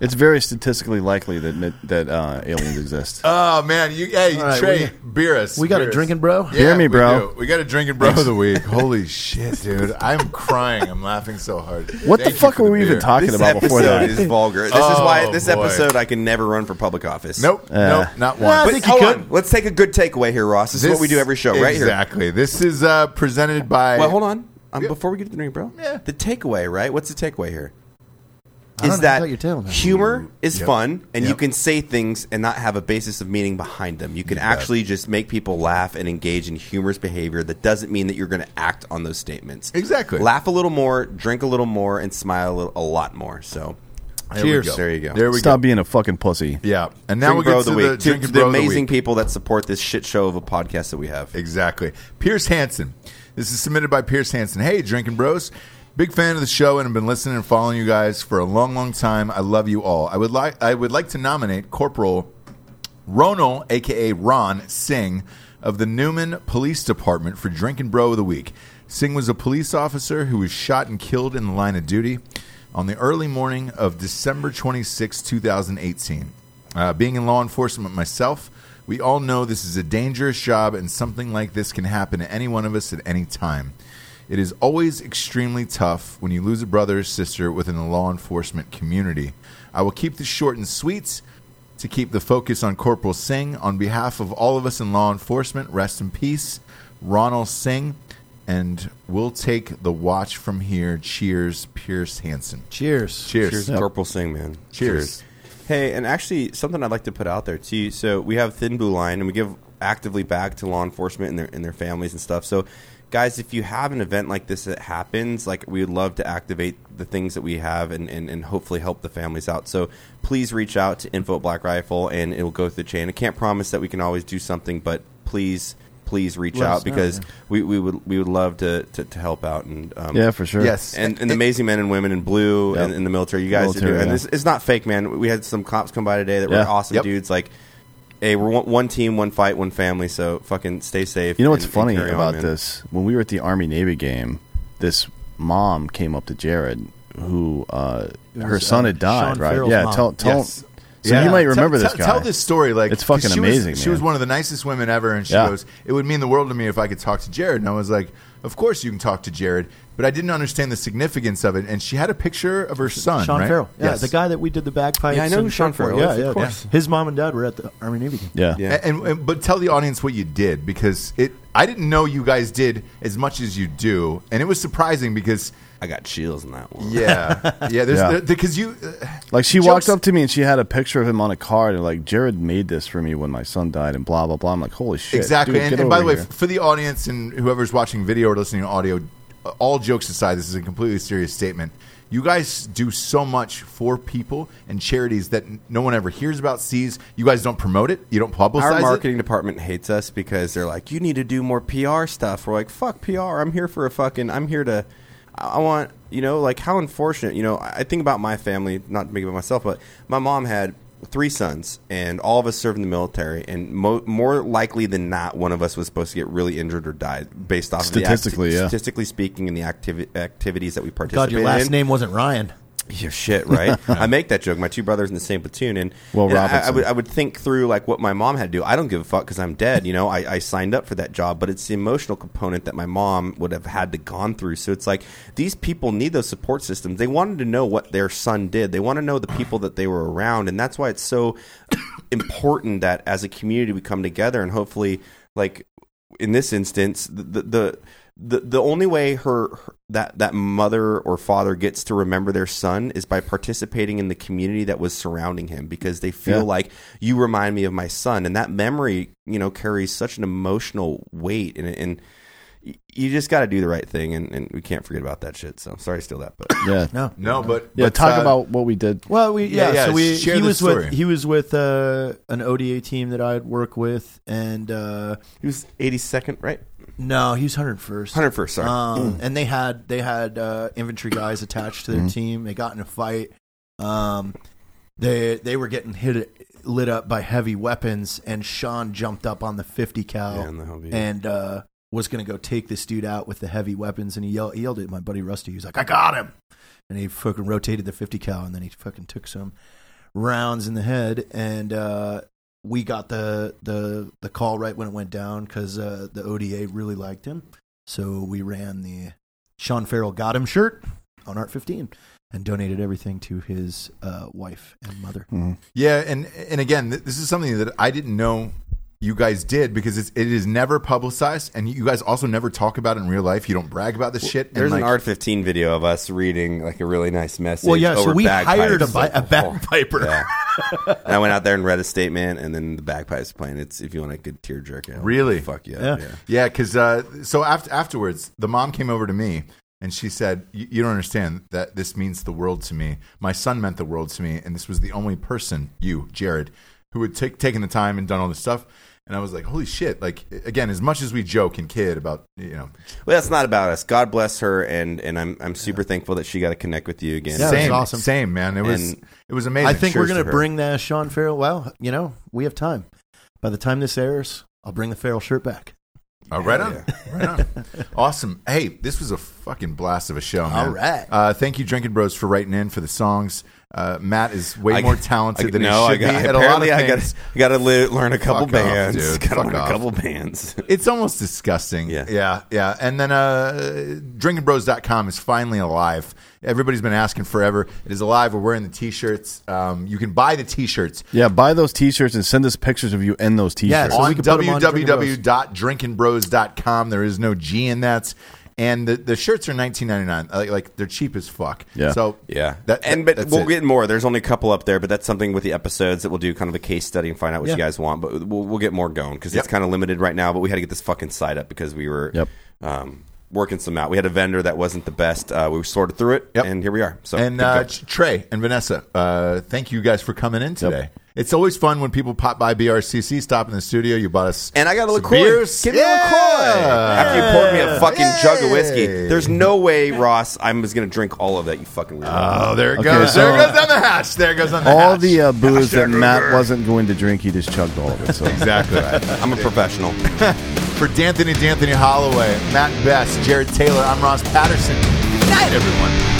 E: It's very statistically likely that that uh, aliens exist.
B: Oh man, you hey
C: right,
B: Trey, beer us.
C: we got
B: beer
C: a
B: us.
C: drinking bro.
B: Yeah,
E: Beer me,
B: we
E: bro.
B: do. We got a drinking bro of the week. Holy shit, dude! I'm crying. I'm laughing so hard.
E: What the
B: Thank you
E: fuck
B: for
E: were
B: the
E: we even
B: beer.
E: talking
D: This
E: about before
D: episode
E: that?
D: is vulgar. This is
B: Oh,
D: why this
B: boy.
D: episode I can never run for public office.
B: Nope,
E: Uh.
B: nope, not one.
C: I
D: But
C: think you
D: hold
C: could.
D: on. Let's take a good takeaway here, Ross. This, is what we do every show, right here.
B: Exactly. This is uh, presented by.
D: Well, hold on. Um,
B: Yeah.
D: Before we get to the drink, bro,
B: Yeah.
D: the takeaway, right? What's the takeaway here?
C: I don't
D: Is
C: know. I
D: that
C: thought you were telling me.
D: humor is
B: Yep.
D: fun, and you
B: Yep.
D: can say things and not have a basis of meaning behind them. You can
B: You bet.
D: actually just make people laugh and engage in humorous behavior that doesn't mean that you're going to act on those statements.
B: Exactly.
D: Laugh a little more, drink a little more, and smile a, little, a lot more. So,
B: There we
D: cheers.
B: go.
D: There you go.
B: There we
E: Stop being a fucking pussy.
B: go. Yeah, and now we
D: Drink
B: get
D: bro
B: to
D: of the
B: the
D: week. To-
B: drinking
D: to
B: bro
D: the
B: of the
D: amazing
B: week.
D: people that support this shit show of a podcast that we have.
B: Exactly. Pierce Hansen. This is submitted by Pierce Hansen. Hey, Drinking Bros. Big fan of the show and have been listening and following you guys for a long, long time. I love you all. I would like I would like to nominate Corporal Ronal, aka Ron Singh, of the Newman Police Department for Drinking Bro of the Week. Singh was a police officer who was shot and killed in the line of duty on the early morning of December 26, 2018. Uh, being in law enforcement myself, we all know this is a dangerous job and something like this can happen to any one of us at any time. It is always extremely tough when you lose a brother or sister within the law enforcement community. I will keep this short and sweet to keep the focus on Corporal Singh. On behalf of all of us in law enforcement, rest in peace, Ronald Singh, and we'll take the watch from here. Cheers, Pierce Hansen.
C: Cheers.
B: Cheers.
D: Cheers, Corporal Singh, man.
B: Cheers.
D: Hey, and actually, something I'd like to put out there too. So we have Thin Blue Line, and we give actively back to law enforcement and their and their families and stuff. So, guys, if you have an event like this that happens, like we would love to activate the things that we have and and, and hopefully help the families out. So please reach out to info at Black Rifle, and it'll go through the chain. I can't promise that we can always do something, but please. Please reach
C: Let us
D: out
C: know,
D: because
C: yeah.
D: we, we would we would love to, to, to help out and um,
E: Yeah, for sure.
B: Yes.
D: and, and the amazing men and women in blue
E: Yep.
D: and in the military. You guys
E: Military,
D: are doing. And
E: yeah.
D: this it's not fake, man. We had some cops come by today that
E: Yeah.
D: were awesome
B: Yep.
D: dudes. Like, hey, we're one, one team, one fight, one family. So fucking stay safe.
E: You know what's
D: and- and
E: funny
D: carry on,
E: about
D: man.
E: this? When we were at the Army Navy game, this mom came up to Jared, who uh,
C: It
E: her
C: was,
E: son
C: uh,
E: had died,
C: Sean
E: right?
C: Farrell's
E: yeah,
C: mom.
E: tell tell.
B: Yes.
E: So
B: Yeah.
E: you might
B: Tell-
E: remember
B: tell,
E: this guy.
B: Tell this story like
E: It's fucking
B: 'cause she
E: amazing,
B: Was, she was
E: man.
B: one of the nicest women ever, and she
E: Yeah.
B: goes, "It would mean the world to me if I could talk to Jared." And I was like, "Of course you can talk to Jared," but I didn't understand the significance of it. And she had a picture of her son,
C: Sean
B: right?
C: Farrell. Yeah,
B: Yes.
C: the guy that we did the bagpipes.
D: Yeah, I know
C: and
D: who Sean
C: shit for.
D: Farrell
C: Yeah,
D: is,
C: yeah,
D: of course.
C: His mom and dad were at the Army Navy game.
E: Yeah.
D: Yeah.
B: A- And, and but tell the audience what you did because it. I didn't know you guys did as much as you do, and it was surprising because
D: I got chills in that one.
B: yeah, yeah, there's
E: Yeah.
B: there- because you. uh,
E: Like she
B: Jokes-
E: walked up to me and she had a picture of him on a card and like Jared made this for me when my son died and blah blah blah. I'm like, holy shit.
B: Exactly.
E: dude,
B: and
E: get
B: and by the
E: over
B: way,
E: here.
B: f- for the audience and whoever's watching video or listening to audio, uh, all jokes aside, this is a completely serious statement. You guys do so much for people and charities that n- no one ever hears about, sees. You guys don't promote it. You don't publicize
D: Our
B: it.
D: marketing department hates us because they're like, you need to do more PR stuff. We're like, fuck PR. I'm here for a fucking. I'm here to. I I want you know like how unfortunate you know. I I think about my family, not to make it about myself, but my mom had three sons, and all of us served in the military. And mo- more likely than not, one of us was supposed to get really injured or die based off
E: Statistically,
D: of the
E: yeah.
D: statistically speaking, in the activi- activities that we
C: God,
D: participated
C: your last
D: in.
C: name wasn't Ryan.
D: your shit right. I make that joke. My two brothers in the same platoon, and
E: Well,
D: and I, I
E: Robinson.
D: would I would think through like what my mom had to do. I don't give a fuck because I'm dead. You know, I, I signed up for that job, but it's the emotional component that my mom would have had to gone through. So it's like these people need those support systems. They wanted to know what their son did. They want to know the people that they were around, and that's why it's so important that as a community we come together and hopefully like in this instance, the the- the the, the only way her, her- that that mother or father gets to remember their son is by participating in the community that was surrounding him because they feel
E: Yeah.
D: like you remind me of my son and that memory you know carries such an emotional weight and and y- you just got to do the right thing and, and we can't forget about that shit so sorry to steal that but
E: Yeah.
C: No.
B: No, but
E: Yeah,
B: but,
E: talk
B: uh,
E: about what we did.
C: Well, we yeah.
B: Yeah, yeah,
C: so we
B: share
C: he
B: the
C: was
B: story.
C: with he was with uh, an ODA team that I'd work with, and uh,
D: he was 82nd right
C: no, he was hundred first.
D: 101st sorry
C: Um, and they had they had uh, infantry guys attached to their team. They got in a fight. Um, they they were getting hit lit up by heavy weapons, and Sean jumped up on the fifty cal
D: Yeah, and the Humvee.
C: and, uh, was going to go take this dude out with the heavy weapons. And he yelled, he yelled at my buddy Rusty. He was like, "I got him!" And he fucking rotated the fifty cal, and then he fucking took some rounds in the head and. Uh, we got the, the the call right when it went down because uh, the ODA really liked him, so we ran the Sean Farrell got him shirt on Art 15 and donated everything to his uh, wife and mother.
D: Mm-hmm.
B: Yeah, and and again, th- this is something that I didn't know you guys did because it's, it is never publicized, and you guys also never talk about it in real life. You don't brag about this shit. and,
D: There's an
B: like-
D: R fifteen video of us reading like a really nice message.
C: Well, yeah, so
D: over
C: we
D: bagpipes.
C: hired a
D: It's
C: bi-
D: like,
C: a bagpiper.
D: Yeah. and I went out there and read a statement, and then the bagpipes playing. It's if you want a good tear jerker.
B: Really?
D: Fuck yeah.
C: Yeah.
D: yeah.
B: Yeah, because uh, so after afterwards, the mom came over to me and she said, "You you don't understand that this means the world to me. My son meant the world to me, and this was the only person, you, Jared, who had take, taken the time and done all this stuff." And I was like, "Holy shit!" Like again, as much as we joke and kid about you know,
D: Well, that's not about us. God bless her, and and I'm I'm super thankful that she got to connect with you again.
C: Yeah, it was
B: same,
C: awesome.
B: same man. It was
D: And-
B: it was amazing.
C: I think we're
D: cheers
C: going
D: to
C: to
D: her.
C: bring the Sean Farrell. Well, you know, we have time. By the time this airs, I'll bring the Farrell shirt back.
B: Uh, right on. Right on. awesome. Hey, this was a fucking blast of a show, man.
C: All right.
B: Uh, thank you, Drinking Bros, for writing in for the songs. Uh, Matt is way
D: I-
B: more talented
D: I,
B: than
D: no,
B: he should
D: I got,
B: be at a lot of
D: apparently I
B: things.
D: got got to learn a couple
B: Fuck off,
D: bands.
B: dude.
D: Got to
B: Fuck
D: learn
B: off.
D: a couple bands.
B: It's almost disgusting.
D: Yeah.
B: Yeah. Yeah. And then uh, drinkingbros.com is finally alive. Everybody's been asking forever. It is alive. We're wearing the t shirts. Um, you can buy the t shirts
E: Yeah, buy those T-shirts and send us pictures of you in those T-shirts.
C: so we
B: on
C: can put 'em on Drinkin' Bros.
B: www.drinkingbros.com. There is no G in that. And the, the shirts are nineteen ninety nine. Like, like they're cheap as fuck.
E: Yeah.
B: So
D: Yeah,
B: that,
D: and
B: that-
D: but
B: that's
D: we'll
B: it.
D: get more. There's only a couple up there, but that's something with the episodes that we'll do kind of a case study and find out what you
C: Yeah.
D: guys want. But we'll, we'll get more going because
B: Yep.
D: it's kind of limited right now. But we had to get this fucking site up because we were
E: Yep.
D: um, working some out. We had a vendor that wasn't the best. Uh, we sorted through it,
B: Yep.
D: and here we are. So
B: and
D: good
B: uh,
D: go.
B: Ch- Trey and Vanessa, uh, thank you guys for coming in today. It's always fun when people pop by BRCC, stop in the studio. You bought us
D: And I got a
B: some
D: LaCroix.
B: beers.
D: Give me a LaCroix. After you poured me a fucking jug of whiskey.
B: Yay.
D: There's no way, Ross, I was going to drink all of that, you fucking weirdo.
B: Oh, there it
E: Okay,
B: goes.
E: so-
B: there goes down the hatch. There goes on the
E: All
B: hatch.
E: the uh, booze that Matt wasn't going to drink, he just chugged all of it. So
B: exactly right.
D: I'm a professional.
B: For D'Anthony D'Anthony Holloway, Matt Best, Jared Taylor, I'm Ross Patterson. Good night, everyone.